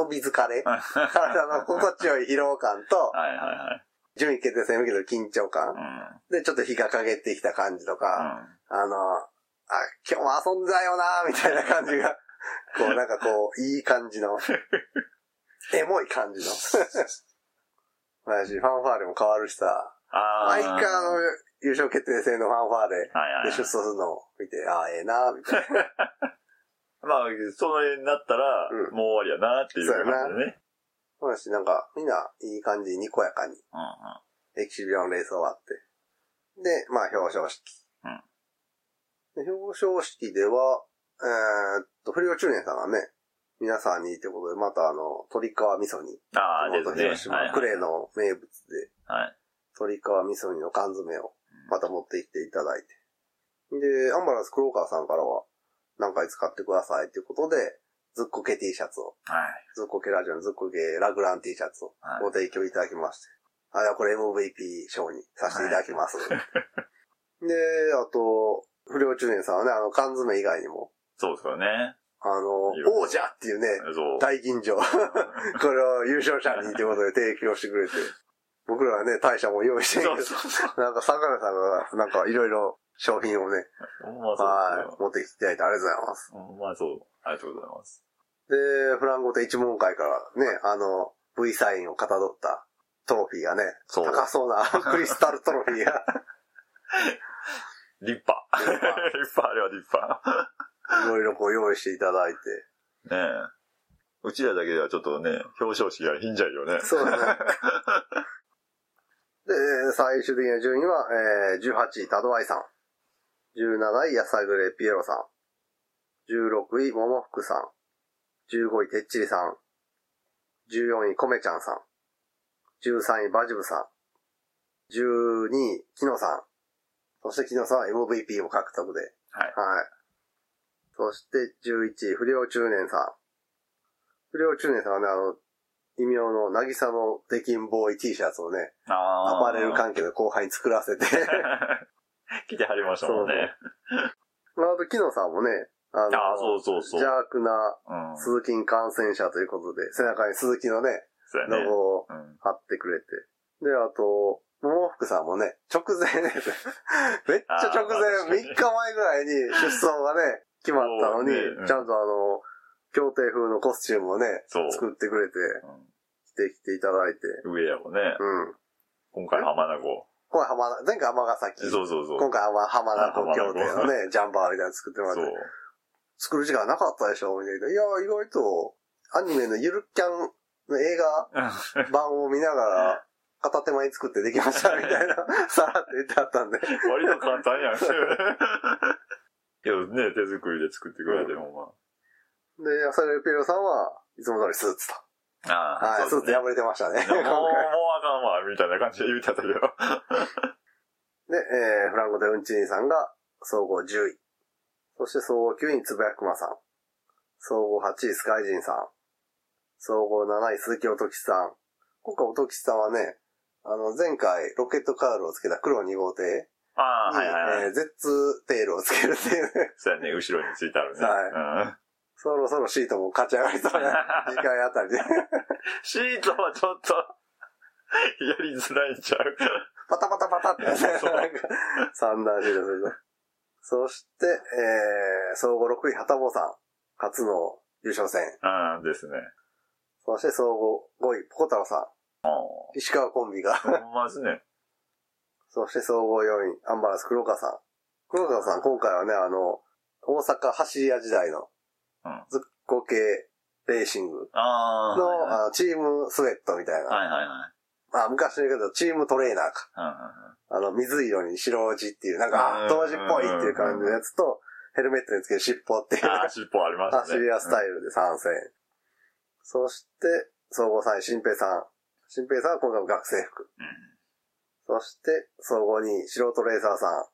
Speaker 1: 遊び疲れ
Speaker 2: は
Speaker 1: 体の心地よい疲労感と
Speaker 2: い、はいはい。
Speaker 1: 順位決定戦に向けての緊張
Speaker 2: う
Speaker 1: 感。
Speaker 2: ん。
Speaker 1: で、ちょっと日が陰ってきた感じとか、
Speaker 2: う
Speaker 1: あの、あ、今日も遊んだよな、みたいな感じ が、こうなんかこう、いい感じの、エモい感じの。 私、ファンファーレも変わるしさ、
Speaker 2: ん。ああ。
Speaker 1: 相変わらず優勝決定戦のファンファーレ、
Speaker 2: はいはい
Speaker 1: で、出走するのを見て、ああ、ええな、み たいな。
Speaker 2: まあ、その絵になったら、
Speaker 1: うん
Speaker 2: もう終わりやなっていう感じでね。
Speaker 1: そうだし、なんか、みんな、いい感じににこやかに、
Speaker 2: うんうん。
Speaker 1: エキシビジョンレース終わって。で、まあ、表彰式。で表彰式では、えーっと、不良中年さんがね、皆さんにということで、またあの、鳥川味噌煮。
Speaker 2: ああ、
Speaker 1: 地元
Speaker 2: で
Speaker 1: 広
Speaker 2: す
Speaker 1: 島、
Speaker 2: ね。はいはい
Speaker 1: クレー。の名物で、
Speaker 2: はい。
Speaker 1: 鳥川味噌煮の缶詰を
Speaker 2: うん
Speaker 1: また持ってきていただいて。で、アンバランス黒川さんからは、何回使ってくださいということで、ずっこけ T シャツを、
Speaker 2: はい。
Speaker 1: ずっこけラジオのずっこけラグラン T シャツを
Speaker 2: はい
Speaker 1: ご提供いただきまして、あ、じゃあこれ MVP 賞にさせていただきます。で、あと、不良中年さんはね、あの、缶詰以外にも、
Speaker 2: そうですよね。
Speaker 1: あの
Speaker 2: いいよ、
Speaker 1: 王者っていうね、
Speaker 2: そう。
Speaker 1: 大吟 醸。これを優勝者にということで提供してくれて、僕らはね、大社も用意してる
Speaker 2: そ
Speaker 1: ん
Speaker 2: う
Speaker 1: です
Speaker 2: そうそう。
Speaker 1: なんか、坂根さんが、なんか、いろいろ商品をね、
Speaker 2: ほんまそうです
Speaker 1: は
Speaker 2: よ
Speaker 1: い、。持ってきていただいてありがとうございます。
Speaker 2: うんまあそう。ありがとうございます。
Speaker 1: で、フランゴ亭一門会からね、あの、V サインをかたどったトロフィーがね、
Speaker 2: そ
Speaker 1: 高そうな クリスタルトロフィーが、
Speaker 2: 立派。
Speaker 1: 立派
Speaker 2: 立派、あれは立派。
Speaker 1: いろいろこう用意していただいて。
Speaker 2: ねえ。うちらだけではちょっとね、表彰式がひんじゃうよね。
Speaker 1: そうね。 で、最終的な順位は、えー、18位、タドワイさん。17位、ヤサグレピエロさん。16位、モモフクさん。15位、てっちりさん。14位、コメちゃんさん。13位、バジブさん。12位、キノさん。そしてキノさんは MVP を獲得で。
Speaker 2: はい
Speaker 1: そして11位、不良中年さん。不良中年さんはね、あの、異名の渚のデキンボーイ T シャツをね、ア
Speaker 2: あ
Speaker 1: パレル関係の後輩に 作らせて。
Speaker 2: 来てはりましたもんね。
Speaker 1: まあ、あと、木野さんもね、あ
Speaker 2: ああ、そうそうそう。
Speaker 1: 邪悪な
Speaker 2: うん。そ
Speaker 1: 鈴木に感染者ということで、背中に鈴木のね、
Speaker 2: うやね。
Speaker 1: ロゴを
Speaker 2: うん。
Speaker 1: 貼ってくれて。で、あと、桃福さんもね、直前 です。めっちゃ直
Speaker 2: あー確か
Speaker 1: 前、
Speaker 2: に
Speaker 1: 3日前ぐらいに出走がね、決まったのに、
Speaker 2: そうねうん
Speaker 1: ちゃんとあの、協定風のコスチュームをね、
Speaker 2: そう。
Speaker 1: 作ってくれて、
Speaker 2: う
Speaker 1: 着てきていただいて、
Speaker 2: ん上やもね。
Speaker 1: うん。
Speaker 2: 今回浜名湖。
Speaker 1: これ浜田、前回浜ヶ崎。
Speaker 2: そうそうそう。
Speaker 1: 今回は浜名湖
Speaker 2: あ
Speaker 1: 協定のね、ジャンバーみたいなの作ってもらって
Speaker 2: そう。。
Speaker 1: 作る時間なかったでしょみたいな。いや、意外と、アニメのゆるキャンの映画 版を見ながら、片手間に作ってできました、みた いな、さらって言ってあったんで。
Speaker 2: 割と簡単やん。 けどね、手作りで作ってくれて、ほんま。
Speaker 1: で、それピエロさんはいつも通りスーツと。
Speaker 2: ああ、
Speaker 1: はい、ス
Speaker 2: そ
Speaker 1: ー
Speaker 2: う
Speaker 1: ツ
Speaker 2: ですね
Speaker 1: 破れてましたね。
Speaker 2: もう、
Speaker 1: 今
Speaker 2: もう
Speaker 1: 回
Speaker 2: あかんわ、みたいな感じで言うてたけど。
Speaker 1: で、えー、フランゴでウンチーンさんが総合10位。そして総合9位につぶやくまさん。総合8位スカイジンさん。総合7位鈴木おときさん。今回おときさんはね、あの、前回ロケットカールをつけた黒2号艇に、
Speaker 2: ああ、はいはいは
Speaker 1: え
Speaker 2: い。
Speaker 1: ー、ゼッツテールをつけるっていう ね、
Speaker 2: そうやね、後ろについてあるね。うん
Speaker 1: そろそろシートも勝ち上がりそう な次回あたりで。
Speaker 2: シートはちょっと、やりづらいんちゃう。
Speaker 1: パタパタパタって、ね、なん
Speaker 2: そう
Speaker 1: か、三段シートすると。そして、えー、総合6位、旗坊さん、初の優勝戦。
Speaker 2: ああ、ですね。
Speaker 1: そして総合5位、ポコ太郎さ
Speaker 2: あ
Speaker 1: ん、石川コンビが。
Speaker 2: あ、ほんまですね。
Speaker 1: そして総合4位、アンバランス黒川さん。黒川さん、今回はね、あの、大阪走り屋時代の
Speaker 2: うん、
Speaker 1: ずっこ系レーシング
Speaker 2: ああ、
Speaker 1: の、
Speaker 2: はいは
Speaker 1: あのチームスウェットみたい
Speaker 2: い
Speaker 1: な。
Speaker 2: はいはいはい
Speaker 1: まあ、昔の言うけど、チームトレーナーか。
Speaker 2: うんうんうん。
Speaker 1: あの、水色に白地っていう、なんか、
Speaker 2: う
Speaker 1: あ
Speaker 2: ん
Speaker 1: 当時っぽいっていう感じのやつと、ヘルメットにつける尻尾っていう、
Speaker 2: ああ、尻尾ありましたね。
Speaker 1: 走り屋スタイルで参戦。そして、総合3位、新平さん。新平さんは今回も学生服。
Speaker 2: うん
Speaker 1: そして、総合2位、素人レーサーさん。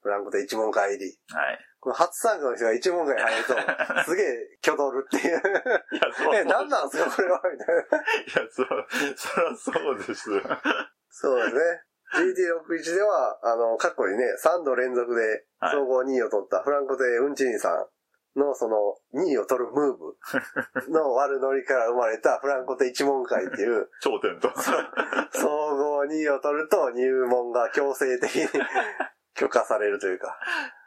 Speaker 1: フランクで一問会入り。
Speaker 2: うんはい。
Speaker 1: この初参加の人が一問会入ると、 すげえ、挙動るっていう。
Speaker 2: いや、そ う。
Speaker 1: え、なんなんすか、これはみたいな。
Speaker 2: いや、そ、そらそうです。
Speaker 1: そうですね。GT61 では、あの、過去にね、3度連続で
Speaker 2: はい
Speaker 1: 総合2位を取ったフランコ・デ・ウンチーニさんのその2位を取るムー ブの悪ノリから生まれたフランコ・デ一問会っていう、
Speaker 2: 頂点と。
Speaker 1: 総合2位を取ると入門が強制的 に許可されるというか、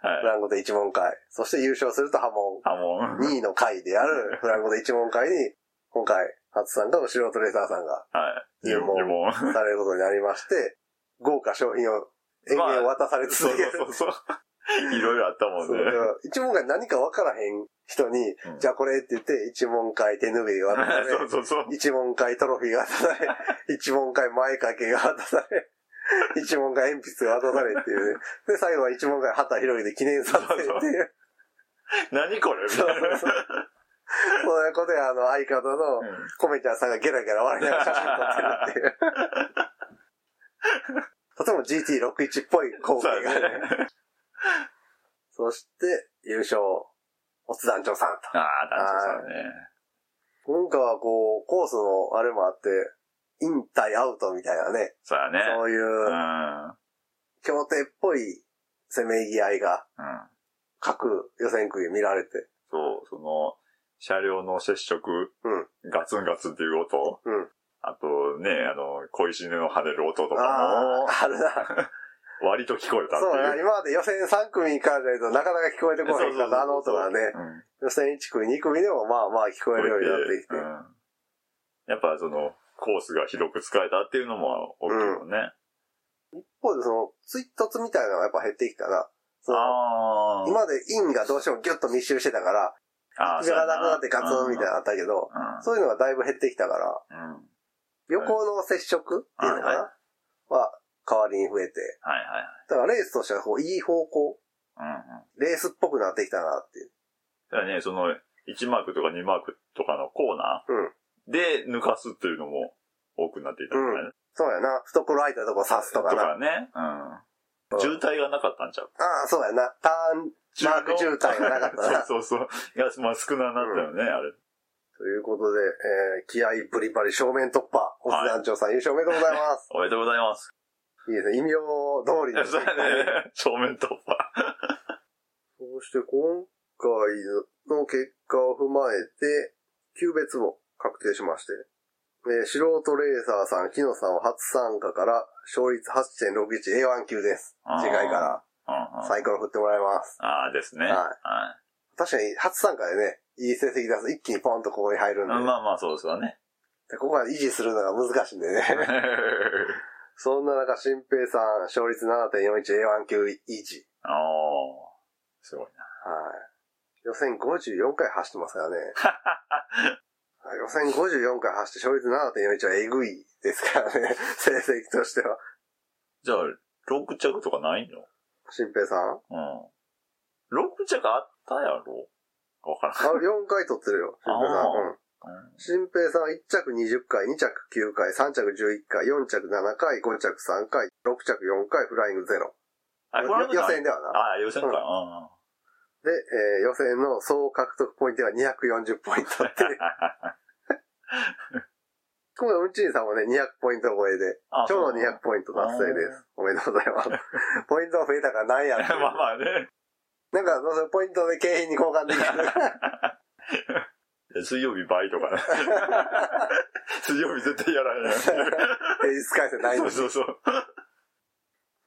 Speaker 1: フ
Speaker 2: はい。
Speaker 1: ランコ・デ一問会。そして優勝すると波紋。
Speaker 2: あ、もう。
Speaker 1: 2位の会であるフランコ・デ一問会に、今回、初参加の素人レーサーさんが
Speaker 2: はい。
Speaker 1: 入門
Speaker 2: 入門。
Speaker 1: されることになりまして、豪華商品を延々渡され
Speaker 2: そ
Speaker 1: 続
Speaker 2: う
Speaker 1: ける。
Speaker 2: そうそうそう。いろいろあったもん
Speaker 1: そ
Speaker 2: ね
Speaker 1: う。一問会何か分からへん人に、
Speaker 2: うん
Speaker 1: じゃあこれって言って、一問会手ぬぐいが渡され、
Speaker 2: そうそうそう。
Speaker 1: 一問会トロフィーが渡され、一問会前掛けが渡され、一問会鉛筆が渡されっていうね。で、最後は一問会旗広げて記念撮影っていう。
Speaker 2: 何これみた
Speaker 1: そ
Speaker 2: いうな。
Speaker 1: そうそう。そういうことで、あの、相方の
Speaker 2: うん
Speaker 1: コメちゃんさんがゲラゲラ笑いながら写真撮ってるっていう。とても GT61 っぽい光
Speaker 2: そう
Speaker 1: 景 が
Speaker 2: や
Speaker 1: ね。
Speaker 2: ね。
Speaker 1: そして、優勝、おつ団長さんと。
Speaker 2: ああ、団長さんね。
Speaker 1: 今回はこう、コースのあれもあって、イン対アウトみたいなね、
Speaker 2: そうやね。。
Speaker 1: そういううん
Speaker 2: うん。
Speaker 1: 協定っぽい攻めぎ合いが各予選区で見られて、
Speaker 2: そう、その、車両の接触、ガツンガツンっていう音、
Speaker 1: うん
Speaker 2: あとね、あの、小石の跳ねる音と
Speaker 1: あ
Speaker 2: か
Speaker 1: あ、あるな。
Speaker 2: も、割と聞こえたって
Speaker 1: そうだな、
Speaker 2: いう。
Speaker 1: 今まで予選3組からじゃないとなかなか聞こえてこないから、あの音がね、
Speaker 2: うん
Speaker 1: 予選1組、2組でもまあまあ聞こえるようになってきて
Speaker 2: う、んやっぱその、コースが広く使えたっていうのも大きいよね。
Speaker 1: 一方でその、追突みたいなのがやっぱ減ってきたな。その
Speaker 2: あー
Speaker 1: 今までインがどうしてもギュッと密集してたから、
Speaker 2: あー、
Speaker 1: 口がなくなってガツンみたいなの
Speaker 2: な。
Speaker 1: あったけど、
Speaker 2: うん
Speaker 1: そういうのがだいぶ減ってきたから、
Speaker 2: うんうん
Speaker 1: 横の接触っていうのか
Speaker 2: はい
Speaker 1: な、
Speaker 2: は
Speaker 1: は、代わりに増えて。
Speaker 2: はい
Speaker 1: だからレースとしてはこう、いい方向、
Speaker 2: はいはい。うんうん
Speaker 1: レースっぽくなってきたなっていう。
Speaker 2: だからね、その、1マークとか2マークとかのコーナ
Speaker 1: うん。
Speaker 2: ーで抜かすっていうのも多くなっていたみたいな。
Speaker 1: そうやな。懐空いたとこ刺すと
Speaker 2: と
Speaker 1: かな。
Speaker 2: かね。うん。渋滞がなかったんちゃう
Speaker 1: ああ、そうやな。ターン、マーク渋滞がなかったな
Speaker 2: そうそうそう。いや、まあ少ななったよね、あれ。
Speaker 1: ということで、えー、気合いブリバリ正面突破。オス団長さん、優勝おめでとうございます。
Speaker 2: おめでとうございます。
Speaker 1: いいですね。異名通り
Speaker 2: い
Speaker 1: の
Speaker 2: や、そうやね。正面突破。
Speaker 1: そして今回の結果を踏まえて、級別も確定しまして、えー素人レーサーさん、木野さんは初参加から、勝率 8.61A1 級です。
Speaker 2: あー
Speaker 1: 次回か
Speaker 2: うんう
Speaker 1: ら
Speaker 2: ん
Speaker 1: サイコロ振ってもらいます。
Speaker 2: ああですね。
Speaker 1: はい
Speaker 2: は
Speaker 1: 確かに、初参加でね、いい成績出すと一気にポンとここに入る
Speaker 2: い。
Speaker 1: んで、
Speaker 2: まあまあ、そうですわね。
Speaker 1: でここは維持するのが難しいんでね。そんな中、新平さん、勝率 7.41A1 級維持。
Speaker 2: ああ、すごいな。
Speaker 1: はい。予選54回走ってますからね。 はい予選54回走って勝率7.41はえぐいですからね。 成績としては。
Speaker 2: じゃあ、6着とかないの
Speaker 1: 新平さん。
Speaker 2: うん。6着あったやろわからん。
Speaker 1: あ、4回取ってるよ。新平さん。
Speaker 2: あー
Speaker 1: うん。新平さんは1着20回、2着9回、3着11回、4着7回、5着3回、6着4回、フライングゼロ。
Speaker 2: あ、これ
Speaker 1: よ予選ではな。
Speaker 2: ああ、予選か。
Speaker 1: うん
Speaker 2: うん。
Speaker 1: で、えー予選の総獲得ポイントは240ポイントって いう。今回、うんちんさんもね、200ポイント超えで、
Speaker 2: あ
Speaker 1: 今日の
Speaker 2: そう
Speaker 1: 200ポイント達成です。おめでとうございます。ポイントが増えたからなんやっていう。
Speaker 2: まあまあね。
Speaker 1: なんか、そのポイントで景品に交換できる。
Speaker 2: 水曜日倍とか ね。水曜日絶対やらない。
Speaker 1: 平日回線ないん
Speaker 2: そ
Speaker 1: です。
Speaker 2: うそうそう。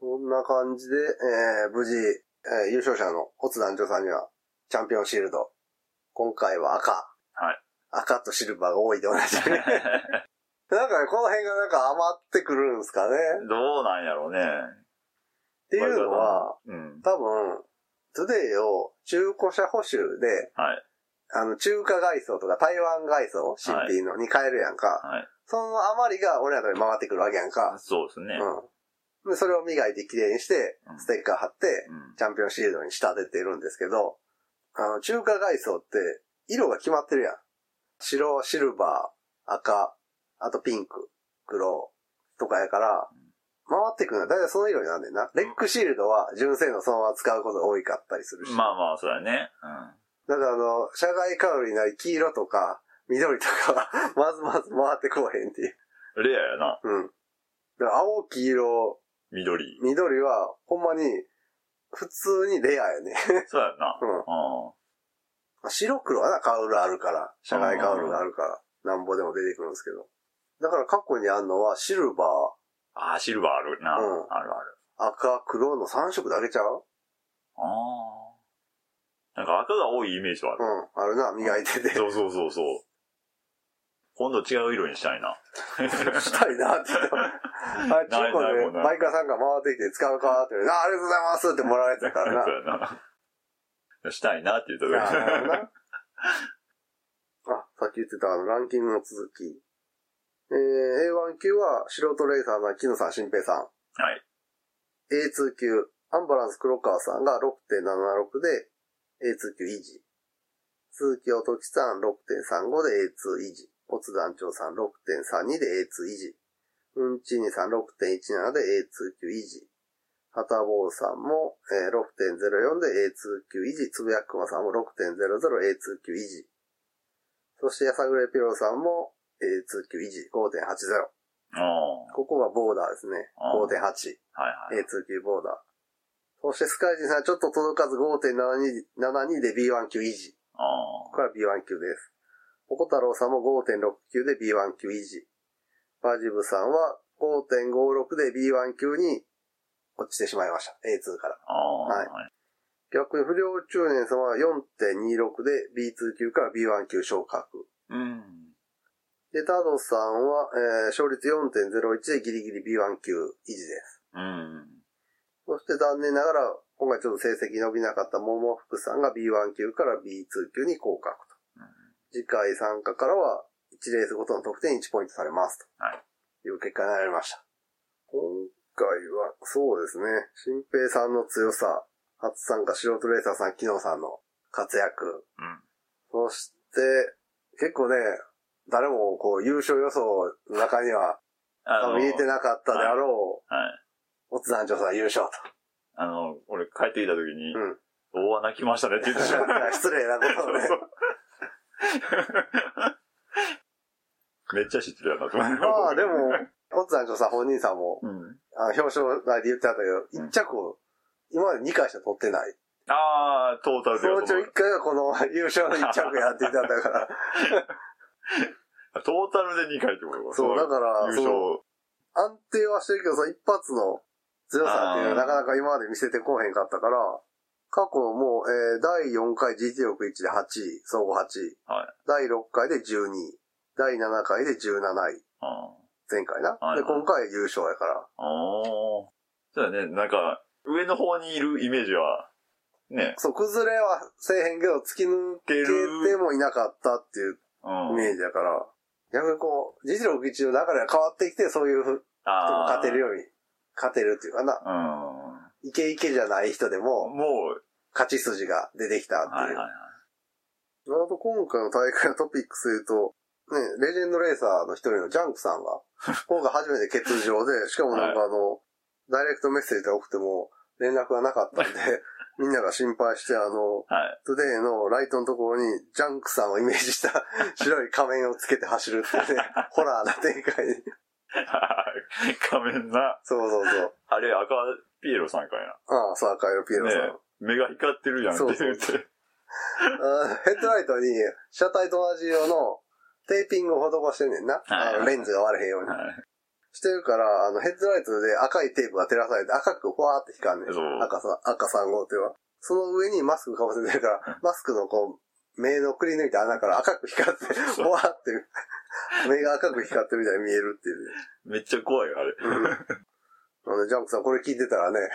Speaker 1: そんな感じで、えー無事、えー優勝者のオツ団長さんには、チャンピオンシールド。今回は赤。
Speaker 2: はい
Speaker 1: 赤とシルバーが多いで同じ み。なんかね、この辺がなんか余ってくるんですかね。っ
Speaker 2: どうなんやろうね。って
Speaker 1: いうのは、、
Speaker 2: うん。
Speaker 1: 多分、トゥデイを中古車補修で、
Speaker 2: はい。
Speaker 1: あの、中華外装とか台湾外装、新品のに変えるやんか。
Speaker 2: はい。
Speaker 1: その余りが俺らのとこに回ってくるわけやんか。
Speaker 2: そうですね。
Speaker 1: うん。で、それを磨いて綺麗にして
Speaker 2: う、ん
Speaker 1: ステッカー貼って、
Speaker 2: うん
Speaker 1: チャンピオンシールドに仕立ててるんですけど、あの、中華外装って、色が決まってるやん。白、シルバー、赤、あとピンク、黒とかやから、回ってくるのは大体その色になんねんな。レックシールドは純正のそのまま使うことが多いかったりするし。
Speaker 2: まあまあ、そうだね。
Speaker 1: だからあの、社外カウルになり黄色とか緑とか はまずまず回ってこうへんっていう。
Speaker 2: うん。レアやな。
Speaker 1: うん。だから青、黄色、
Speaker 2: 緑。
Speaker 1: 緑は、ほんまに、普通にレアやね。
Speaker 2: そうやな。
Speaker 1: うん
Speaker 2: あ
Speaker 1: まあ白黒はな、カウルあるから、社外カウルがあるから、なんぼでも出てくるんですけど。だから過去にあんのは、シルバ
Speaker 2: あ。あーシルバーあるな。
Speaker 1: うん
Speaker 2: あるある。
Speaker 1: ー、赤、黒の3色だけちゃう
Speaker 2: ああ。なんか赤が多いイメージはあ
Speaker 1: う
Speaker 2: る。
Speaker 1: ん、あるな、磨い てて。
Speaker 2: そうそうそうそう。今度違う色にしたいな。
Speaker 1: したいなって言 って。あ、中
Speaker 2: ないないも
Speaker 1: 古で
Speaker 2: うない
Speaker 1: バイカーさんが回ってきて使うかって言うあ、ありがとうございますってもらわれてたからな。
Speaker 2: そうやな。したいなって言った
Speaker 1: あなるほ
Speaker 2: 時
Speaker 1: ど なあ、さっき言ってたあのランキングの続き。えー、A1 級は素人レーサーの木野さん、新平さん。
Speaker 2: はい
Speaker 1: A2 級、アンバランス黒川さんが6.76で A2 級維持。鈴木おときさん6.35で A2 維持。オツ団長さん6.32で A2 維持。うんちにさん6.17で A2 級維持。はたぼうさんも、えー6.04で A2 級維持。つぶやくまさんも 6.00A2 級維持。そして、やさぐれピローさんも A2 級維持5.80。
Speaker 2: ああ。
Speaker 1: ここがボーダーですね。
Speaker 2: あー
Speaker 1: 5.8。
Speaker 2: はいはい。
Speaker 1: A2 級ボーダー。そしてスカイジンさんはちょっと届かず5.72で B1 級維持。
Speaker 2: ああ
Speaker 1: これは B1 級です。おこたろうさんも5.69で B1 級維持。バジブさんは5.56で B1 級に落ちてしまいました。A2 から。
Speaker 2: ああ。
Speaker 1: はい逆に不良中年さんは4.26で B2 級から B1 級昇格。
Speaker 2: うん。
Speaker 1: で、タドさんは、えー勝率4.01でギリギリ B1 級維持です。
Speaker 2: うん。
Speaker 1: そして残念ながら、今回ちょっと成績伸びなかった桃福さんが B1 級から B2 級に降格と。
Speaker 2: うん
Speaker 1: 次回参加からは、1レースごとの得点1ポイントされますと。。
Speaker 2: はい
Speaker 1: いう結果になりました。今回は、そうですね、新平さんの強さ、初参加素人レーサーさん、木野さんの活躍、
Speaker 2: うん。
Speaker 1: そして、結構ね、誰もこう優勝予想の中には、
Speaker 2: あ
Speaker 1: 多分入れてなかったであろ
Speaker 2: はい。
Speaker 1: う、オツ団長さん優勝と。
Speaker 2: あの、俺帰ってきた時に、
Speaker 1: うん。
Speaker 2: 大穴来ましたねって言ってしま っ
Speaker 1: 失礼な
Speaker 2: た。
Speaker 1: こと
Speaker 2: そ
Speaker 1: を
Speaker 2: う
Speaker 1: ね
Speaker 2: そ。う めっちゃ知ってるやなと思って。
Speaker 1: まあでも、オッツ団長さん本人さんも、
Speaker 2: うん。
Speaker 1: あの表彰台で言ってあったけど、一着を今まで2回しか取ってない。
Speaker 2: ああ、トータル
Speaker 1: そ
Speaker 2: で
Speaker 1: の
Speaker 2: は
Speaker 1: うち
Speaker 2: そ
Speaker 1: の
Speaker 2: の
Speaker 1: 一回はこの優勝の一着やっていたんだから。
Speaker 2: トータルで2回ってこ
Speaker 1: そ
Speaker 2: と
Speaker 1: う、だから、
Speaker 2: 優
Speaker 1: その。
Speaker 2: 勝
Speaker 1: 安定はしてるけど、その一発の強さっていうのはなかなか今まで見せてこうへんかったから、過去もう、えー第4回 GT61 で8位、総合8位。
Speaker 2: はい
Speaker 1: 第6回で12位。第7回で17位。
Speaker 2: あ
Speaker 1: 前回な。
Speaker 2: はいはい
Speaker 1: で、今回優勝やから。
Speaker 2: あ。そうだね、なんか、上の方にいるイメージは、ね、
Speaker 1: そう、崩れはせえへんけど、突き抜けてもいなかったっていう
Speaker 2: う
Speaker 1: イ
Speaker 2: ん。
Speaker 1: メージやから、逆にこう、実力一の流れが変わってきて、そういう人も
Speaker 2: ああ。
Speaker 1: 勝てるように、勝てるっていうかな、
Speaker 2: うん。
Speaker 1: イケイケじゃない人でも、
Speaker 2: もう、
Speaker 1: 勝ち筋が出てきたっていう。
Speaker 2: はいはいはい。
Speaker 1: なるほど、今回の大会のトピックスで言うと、ね、レジェンドレーサーの一人のジャンクさんが、今回初めて欠場で、しかもなんかあの、ダイレクトメッセージで送っても連絡がなかったんで、みんなが心配して、あの、
Speaker 2: はい。
Speaker 1: トゥデイのライトのところにジャンクさんをイメージ した白い仮面をつけて走るっていうね、ホラーな展開に。
Speaker 2: 仮面な。
Speaker 1: そうそうそう。
Speaker 2: あれ、赤ピエロさんかいな。
Speaker 1: ああ、そう、赤色ピエロさん。
Speaker 2: ね目が光ってるやんって言って。
Speaker 1: そうあーヘッドライトに車体と同じ色のテーピングを施してんねんな。
Speaker 2: はいはい
Speaker 1: あのレンズが割れへんように。
Speaker 2: はい
Speaker 1: してるから、あの、ヘッドライトで赤いテープが照らされて赤くふわーって光んね。
Speaker 2: そうん
Speaker 1: 赤さ、赤3号っていうのは。その上にマスクかぶせてるから、マスクのこう、目のくり抜いた穴から赤く光って、
Speaker 2: そ
Speaker 1: ふ
Speaker 2: う
Speaker 1: わーって、目が赤く光ってるみたいに見えるっていう。
Speaker 2: めっちゃ怖いよ、 あれ。
Speaker 1: なので、ジャンプさんこれ聞いてたらね、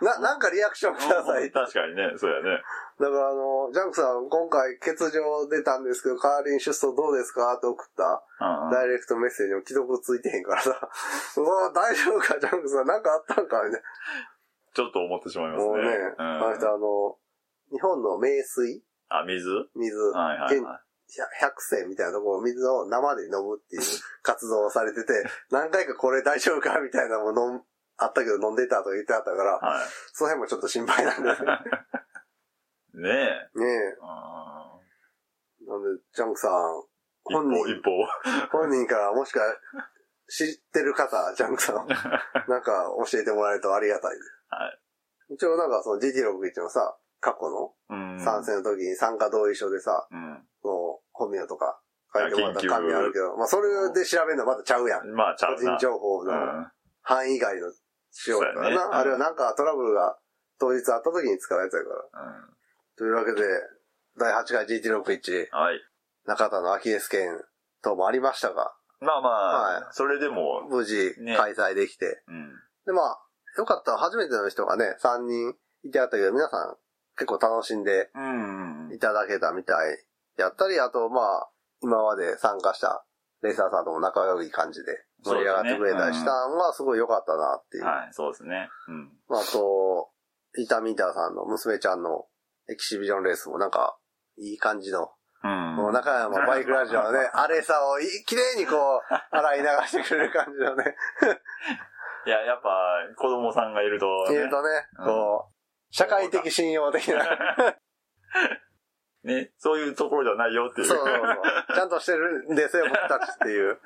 Speaker 1: な、なんかリアクションください。だか
Speaker 2: 確かにね、そうやね。
Speaker 1: らあの、ジャンプさん今回欠場出たんですけど、カーリン出走どうですかって送った
Speaker 2: うん
Speaker 1: ダイレクトメッセージも既読ついてへんからさ、 うわ大丈夫かジャンプさんなんかあったんかみたい
Speaker 2: ちょっと思ってしまい
Speaker 1: な。
Speaker 2: ますね。
Speaker 1: もうね、
Speaker 2: う
Speaker 1: あの人
Speaker 2: ん、
Speaker 1: あの、日本の名水
Speaker 2: あ、水
Speaker 1: 水、
Speaker 2: はいはいはい。
Speaker 1: 百選みたいなところを水を生で飲むってい う活動をされてて、何回かこれ大丈夫かみたいなのも飲ん、あったけど飲んでたと言ってあったから、
Speaker 2: は
Speaker 1: その辺もちょっと心配なんでね。ね
Speaker 2: い。ねえ。
Speaker 1: え。
Speaker 2: う
Speaker 1: なんで、ジャンクさん、
Speaker 2: ん
Speaker 1: 本
Speaker 2: 一歩、
Speaker 1: 人
Speaker 2: 一、歩。
Speaker 1: 本人からもしか知ってる方、ジャンクさん を、なんか教えてもらえるとありがたい。
Speaker 2: は
Speaker 1: 一応なんかその GT61 のさ、過去の
Speaker 2: うん。
Speaker 1: 参戦の時に参加同意書でさ、
Speaker 2: う
Speaker 1: その本名とか書いてもらった
Speaker 2: あ緊急
Speaker 1: 紙あるけど、まあそれで調べるのはまだちゃうやん。
Speaker 2: ん。まあ、ちゃ
Speaker 1: 個
Speaker 2: うな。
Speaker 1: 人情報
Speaker 2: う
Speaker 1: の
Speaker 2: ん。
Speaker 1: 範囲外の仕様だから
Speaker 2: そうやね
Speaker 1: な。あれはなんかトラブルが当日あった時に使うやつやから。
Speaker 2: う
Speaker 1: というわけで、第8回 GT61。
Speaker 2: ん。はい。
Speaker 1: 中田のアキレス腱等もありましたが、
Speaker 2: まあまあ、
Speaker 1: は
Speaker 2: それでも、
Speaker 1: 無事
Speaker 2: ね
Speaker 1: 開催できて。
Speaker 2: うん。
Speaker 1: で、まあ、よかった。初めての人がね、3人いてあったけど、皆さん結構楽しんで
Speaker 2: うん。
Speaker 1: いただけたみたい。やったり、あと、まあ、今まで参加したレーサーさんとも仲良い感じで盛り上がってくれたりしたのはすごい良かったなっていう。
Speaker 2: はい、そうですね。うん。
Speaker 1: まあ、あと、イタミンターさんの娘ちゃんのエキシビジョンレースもなんか、いい感じの
Speaker 2: うん。
Speaker 1: もう中山バイクラジオのね、 あれさをい綺麗にこう、洗い流してくれる感じのね、
Speaker 2: いや、やっぱ、子供さんがいると、ね、
Speaker 1: 言うとね、
Speaker 2: うん
Speaker 1: こう、社会的信用的な、
Speaker 2: ね、そういうところじゃないよって
Speaker 1: そ
Speaker 2: いう
Speaker 1: そ
Speaker 2: う。
Speaker 1: うそう、ちゃんとしてるんですよ、僕たちって いう。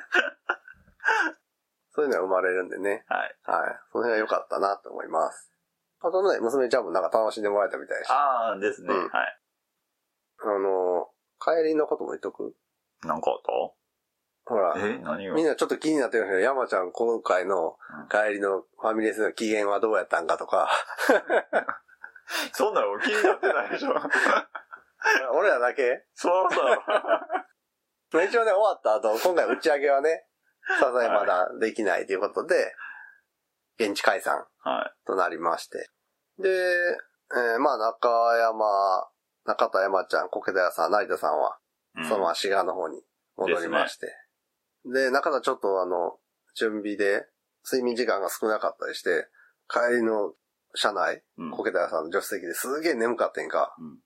Speaker 1: そういうのが生まれるんでね、
Speaker 2: はい。
Speaker 1: はい。その辺は良かったなと思います。あとね、娘ちゃんもなんか楽しんでもらえたみたいし、あ
Speaker 2: ああ、ですね。
Speaker 1: うん
Speaker 2: はい。
Speaker 1: の、帰りのことも言っとく
Speaker 2: なんかあ
Speaker 1: ほら
Speaker 2: った、え何が
Speaker 1: みんなちょっと気になってるんですけど、山ちゃん今回の
Speaker 2: うん
Speaker 1: 帰りのファミレスの機嫌はどうやったんかと か、
Speaker 2: そんなの気になってないでしょ。
Speaker 1: 俺らだけ
Speaker 2: そうだ。
Speaker 1: まあ一応ね、終わった後、今回打ち上げはね、さすがにまだできないということで、現地解散
Speaker 2: は
Speaker 1: となりまして。で、えーまあ中山、中田山ちゃん、コケダヤさん、成田さんは、
Speaker 2: い。うん
Speaker 1: そのまま滋賀の方に戻りまして。で中田ちょっとあの、準備で、睡眠時間が少なかったりして、帰りの車内、
Speaker 2: うん
Speaker 1: コケダヤさんの助手席ですげえ眠かってんか、
Speaker 2: うん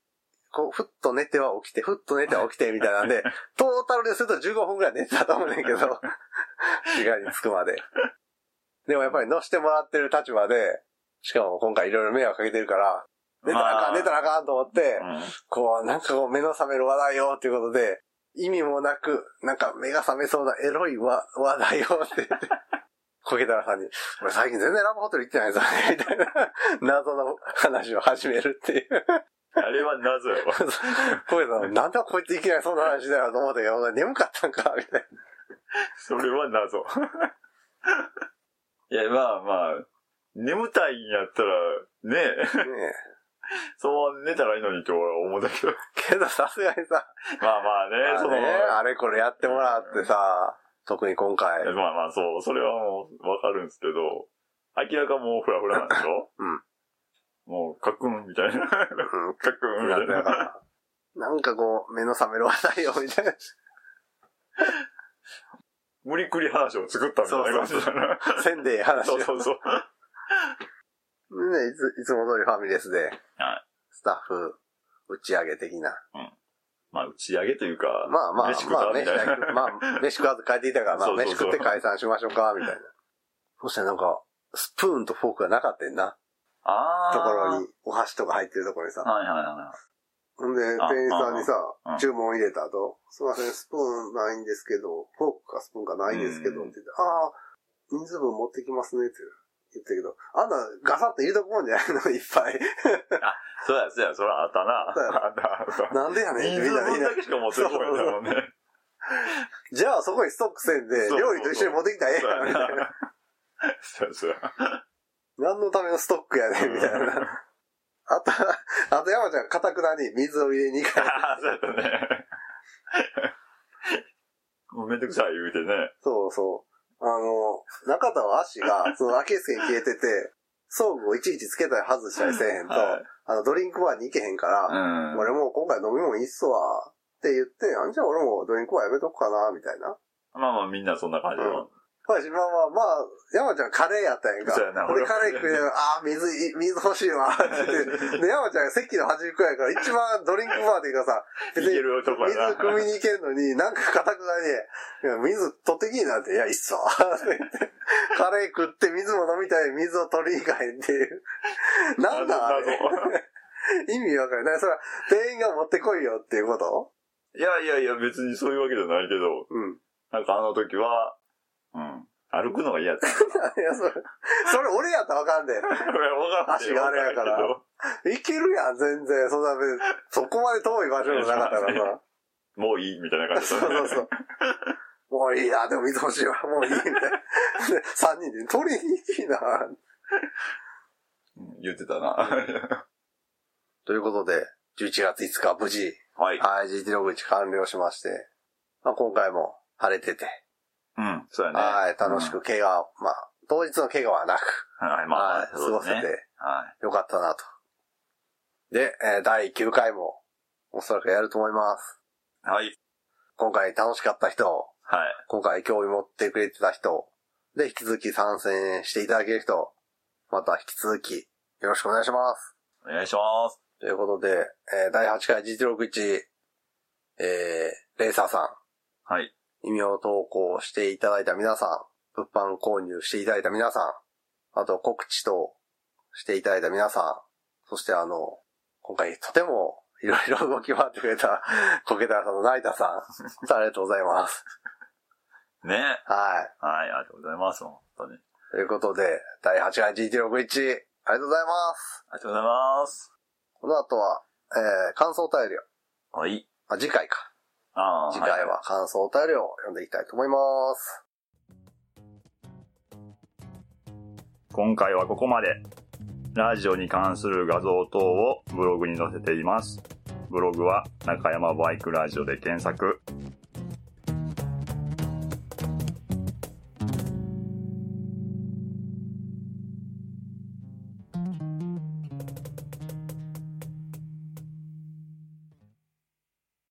Speaker 1: こう、ふっと寝ては起きて、ふっと寝ては起きて、みたいなん で、トータルですると15分ぐらい寝てたと思うねんけど、違いに着くまで。でもやっぱり乗してもらってる立場で、しかも今回いろいろ迷惑かけてるから、寝たらあかん、寝たらあかんと思って、
Speaker 2: うん
Speaker 1: こう、なんかこう目の覚める話題をっていうことで、意味もなく、なんか目が覚めそうなエロいわ話題をって言って コケダラさんに、俺最近全然ラブホテル行ってないぞ、みたいな、謎の話を始めるっていう。
Speaker 2: あれは謎やわ。
Speaker 1: コケダラさん、なんだこいついきなりそんな話だよと思ったけど、お前眠かったんか、みたい
Speaker 2: それは謎。 いや、まあまあ、眠たいんやったら、ね え、
Speaker 1: な。ねえ
Speaker 2: そう寝たらいいのに今日は思うんだけ ど。
Speaker 1: けどさすがにさ、
Speaker 2: まあまあね、
Speaker 1: まあ
Speaker 2: その、
Speaker 1: ねあれこれやってもらってさ、特に今回、
Speaker 2: まあまあそう、それはもうわかるんですけど、明らか もうフラフラなんでしょ
Speaker 1: うん。
Speaker 2: もうカクンみたいな。
Speaker 1: うん、
Speaker 2: カクンみ
Speaker 1: な
Speaker 2: た
Speaker 1: ん
Speaker 2: いな。
Speaker 1: か、なんかこう、目の覚める話題よ、みたいな。
Speaker 2: 無理くり話を作ったみたいな感じだな。
Speaker 1: せんでええ話を。
Speaker 2: そう
Speaker 1: ね
Speaker 2: そうそう。
Speaker 1: いつ、いつも通りファミレスで、
Speaker 2: はい
Speaker 1: スタッフ、打ち上げ的な。
Speaker 2: まあ打ち上げというか、
Speaker 1: まあまあ、
Speaker 2: 飯食
Speaker 1: まあ、
Speaker 2: ったみ
Speaker 1: 飯
Speaker 2: たいな。
Speaker 1: 食まあ、飯食わず帰ってきたから、まあ、
Speaker 2: そうそう
Speaker 1: 飯
Speaker 2: そう
Speaker 1: 食って解散しましょうか、みたいな。そしたらなんか、スプーンとフォークがなかったんな。
Speaker 2: あ
Speaker 1: ところ
Speaker 2: に。
Speaker 1: に、お箸とか入ってるところにさ。
Speaker 2: はいはいは
Speaker 1: ほんで、
Speaker 2: あ
Speaker 1: 店員さんにさ
Speaker 2: あうん、
Speaker 1: 注文入れた後、すいません、スプーンないんですけど、フォークかスプーンかないんですけど、っ
Speaker 2: うん
Speaker 1: て言って、ああ、人数分持ってきますね、って言ったけど、あんなガサッと入れとくもんじゃないの、いっぱい。
Speaker 2: い。そうや、そうや、それはあった
Speaker 1: そうや
Speaker 2: な。あ った、あった。
Speaker 1: なんでやねんっ
Speaker 2: 人
Speaker 1: て、み
Speaker 2: 数
Speaker 1: んな、みん
Speaker 2: 分
Speaker 1: な
Speaker 2: だ。けしか持ってこないんだもんね。
Speaker 1: じゃあそこにストックせんで、
Speaker 2: そうそう
Speaker 1: 料理と一緒に持ってきたらええ
Speaker 2: そう
Speaker 1: やん、み
Speaker 2: や
Speaker 1: たいな。
Speaker 2: な。そうや、そうや。
Speaker 1: 何のためのストックやねん、みたいな。あと、あと山ちゃん、かたくなに水を入れに行か ない。
Speaker 2: ああ、そうやったね。もうめんどくさい言うてね。
Speaker 1: そうそう。あの、中田は足 が、その、アキレス腱消えてて、装具をいちいちつけたり外したりせえへんと、
Speaker 2: はい
Speaker 1: あの、ドリンクバーに行けへんか
Speaker 2: う
Speaker 1: ら、
Speaker 2: ん。
Speaker 1: 俺もう今回飲み物いいっすわ、って言って、あんじゃあ俺もドリンクバーやめとくかな、みたいな。
Speaker 2: まあまあみんなそんな感じ
Speaker 1: うん
Speaker 2: よ。
Speaker 1: まあ、まあまあ、山ちゃんカレーやったやんか
Speaker 2: そうやな。
Speaker 1: 俺
Speaker 2: 俺
Speaker 1: カレー食いながら、ああ、水い、水欲しい わ、って言って。で、山ちゃんが席の端っこやから、一番ドリンクバーっていうかさ、
Speaker 2: いけるとこ
Speaker 1: 水
Speaker 2: やな。
Speaker 1: 汲みに行けんのに、なんか固くなり、いや水取ってきいなって、いや、いっそ。 って言ってカレー食って水も飲みたい、水を取りに行かへんっていう。なんだあれ意味わかんない。それは、店員が持ってこいよっていうこと
Speaker 2: いやいやいや、別にそういうわけじゃないけど、
Speaker 1: うん。
Speaker 2: なんかあの時は、うん。歩くのが嫌だった。
Speaker 1: いや、それ、それ俺やったらわかんね
Speaker 2: わからんけ
Speaker 1: 足
Speaker 2: ど
Speaker 1: があれや から
Speaker 2: わんけ
Speaker 1: え。いけるやん、全然。そんな別に、そこまで遠い場所じゃなかったからさ。
Speaker 2: どもういいみたいな感じ
Speaker 1: そう
Speaker 2: だったね
Speaker 1: そうそう。もういいな、でも水欲しいわ、もういい、みたいな。で、3人で、取りに行きな。
Speaker 2: うん言ってたな。は
Speaker 1: ということで、11月5日、無事、
Speaker 2: い。
Speaker 1: はい、GT ログ1完了しまして、まあ、今回も晴れてて、
Speaker 2: うん。そうやね。
Speaker 1: はい、楽しく怪我、まあ、当日の怪我はなく、
Speaker 2: うん。はい、まあ、
Speaker 1: はい、過ごせ
Speaker 2: そうですね。
Speaker 1: て
Speaker 2: は
Speaker 1: よかったなと。で、えー第9回も、おそらくやると思います。
Speaker 2: い。はい。
Speaker 1: 今回楽しかった人、
Speaker 2: はい。
Speaker 1: 今回興味持ってくれてた人、で、引き続き参戦していただける人、また引き続き、よろしくお願いします。
Speaker 2: お願いします。
Speaker 1: ということで、えー第8回 GT61、えー、レーサーさん、
Speaker 2: はい。
Speaker 1: 異名投稿していただいた皆さん、物販購入していただいた皆さん、あと告知としていただいた皆さん、そしてあの、今回とてもいろいろ動き回ってくれたコケダラさんの成田さん、ありがとうございます。
Speaker 2: ね。
Speaker 1: は
Speaker 2: はい、ありがとうございます。本当に。あり
Speaker 1: い。ということで、第8回 GT61、ありがとうございます。
Speaker 2: がとうございます。
Speaker 1: この後は、えー、感想お便りを、
Speaker 2: はい。
Speaker 1: あ、次回か。
Speaker 2: ああ。
Speaker 1: 次回は感想お便りを読んでいきたいと思います。
Speaker 2: 今回はここまで。ラジオに関する画像等をブログに載せています。ブログは中山バイクラジオで検索、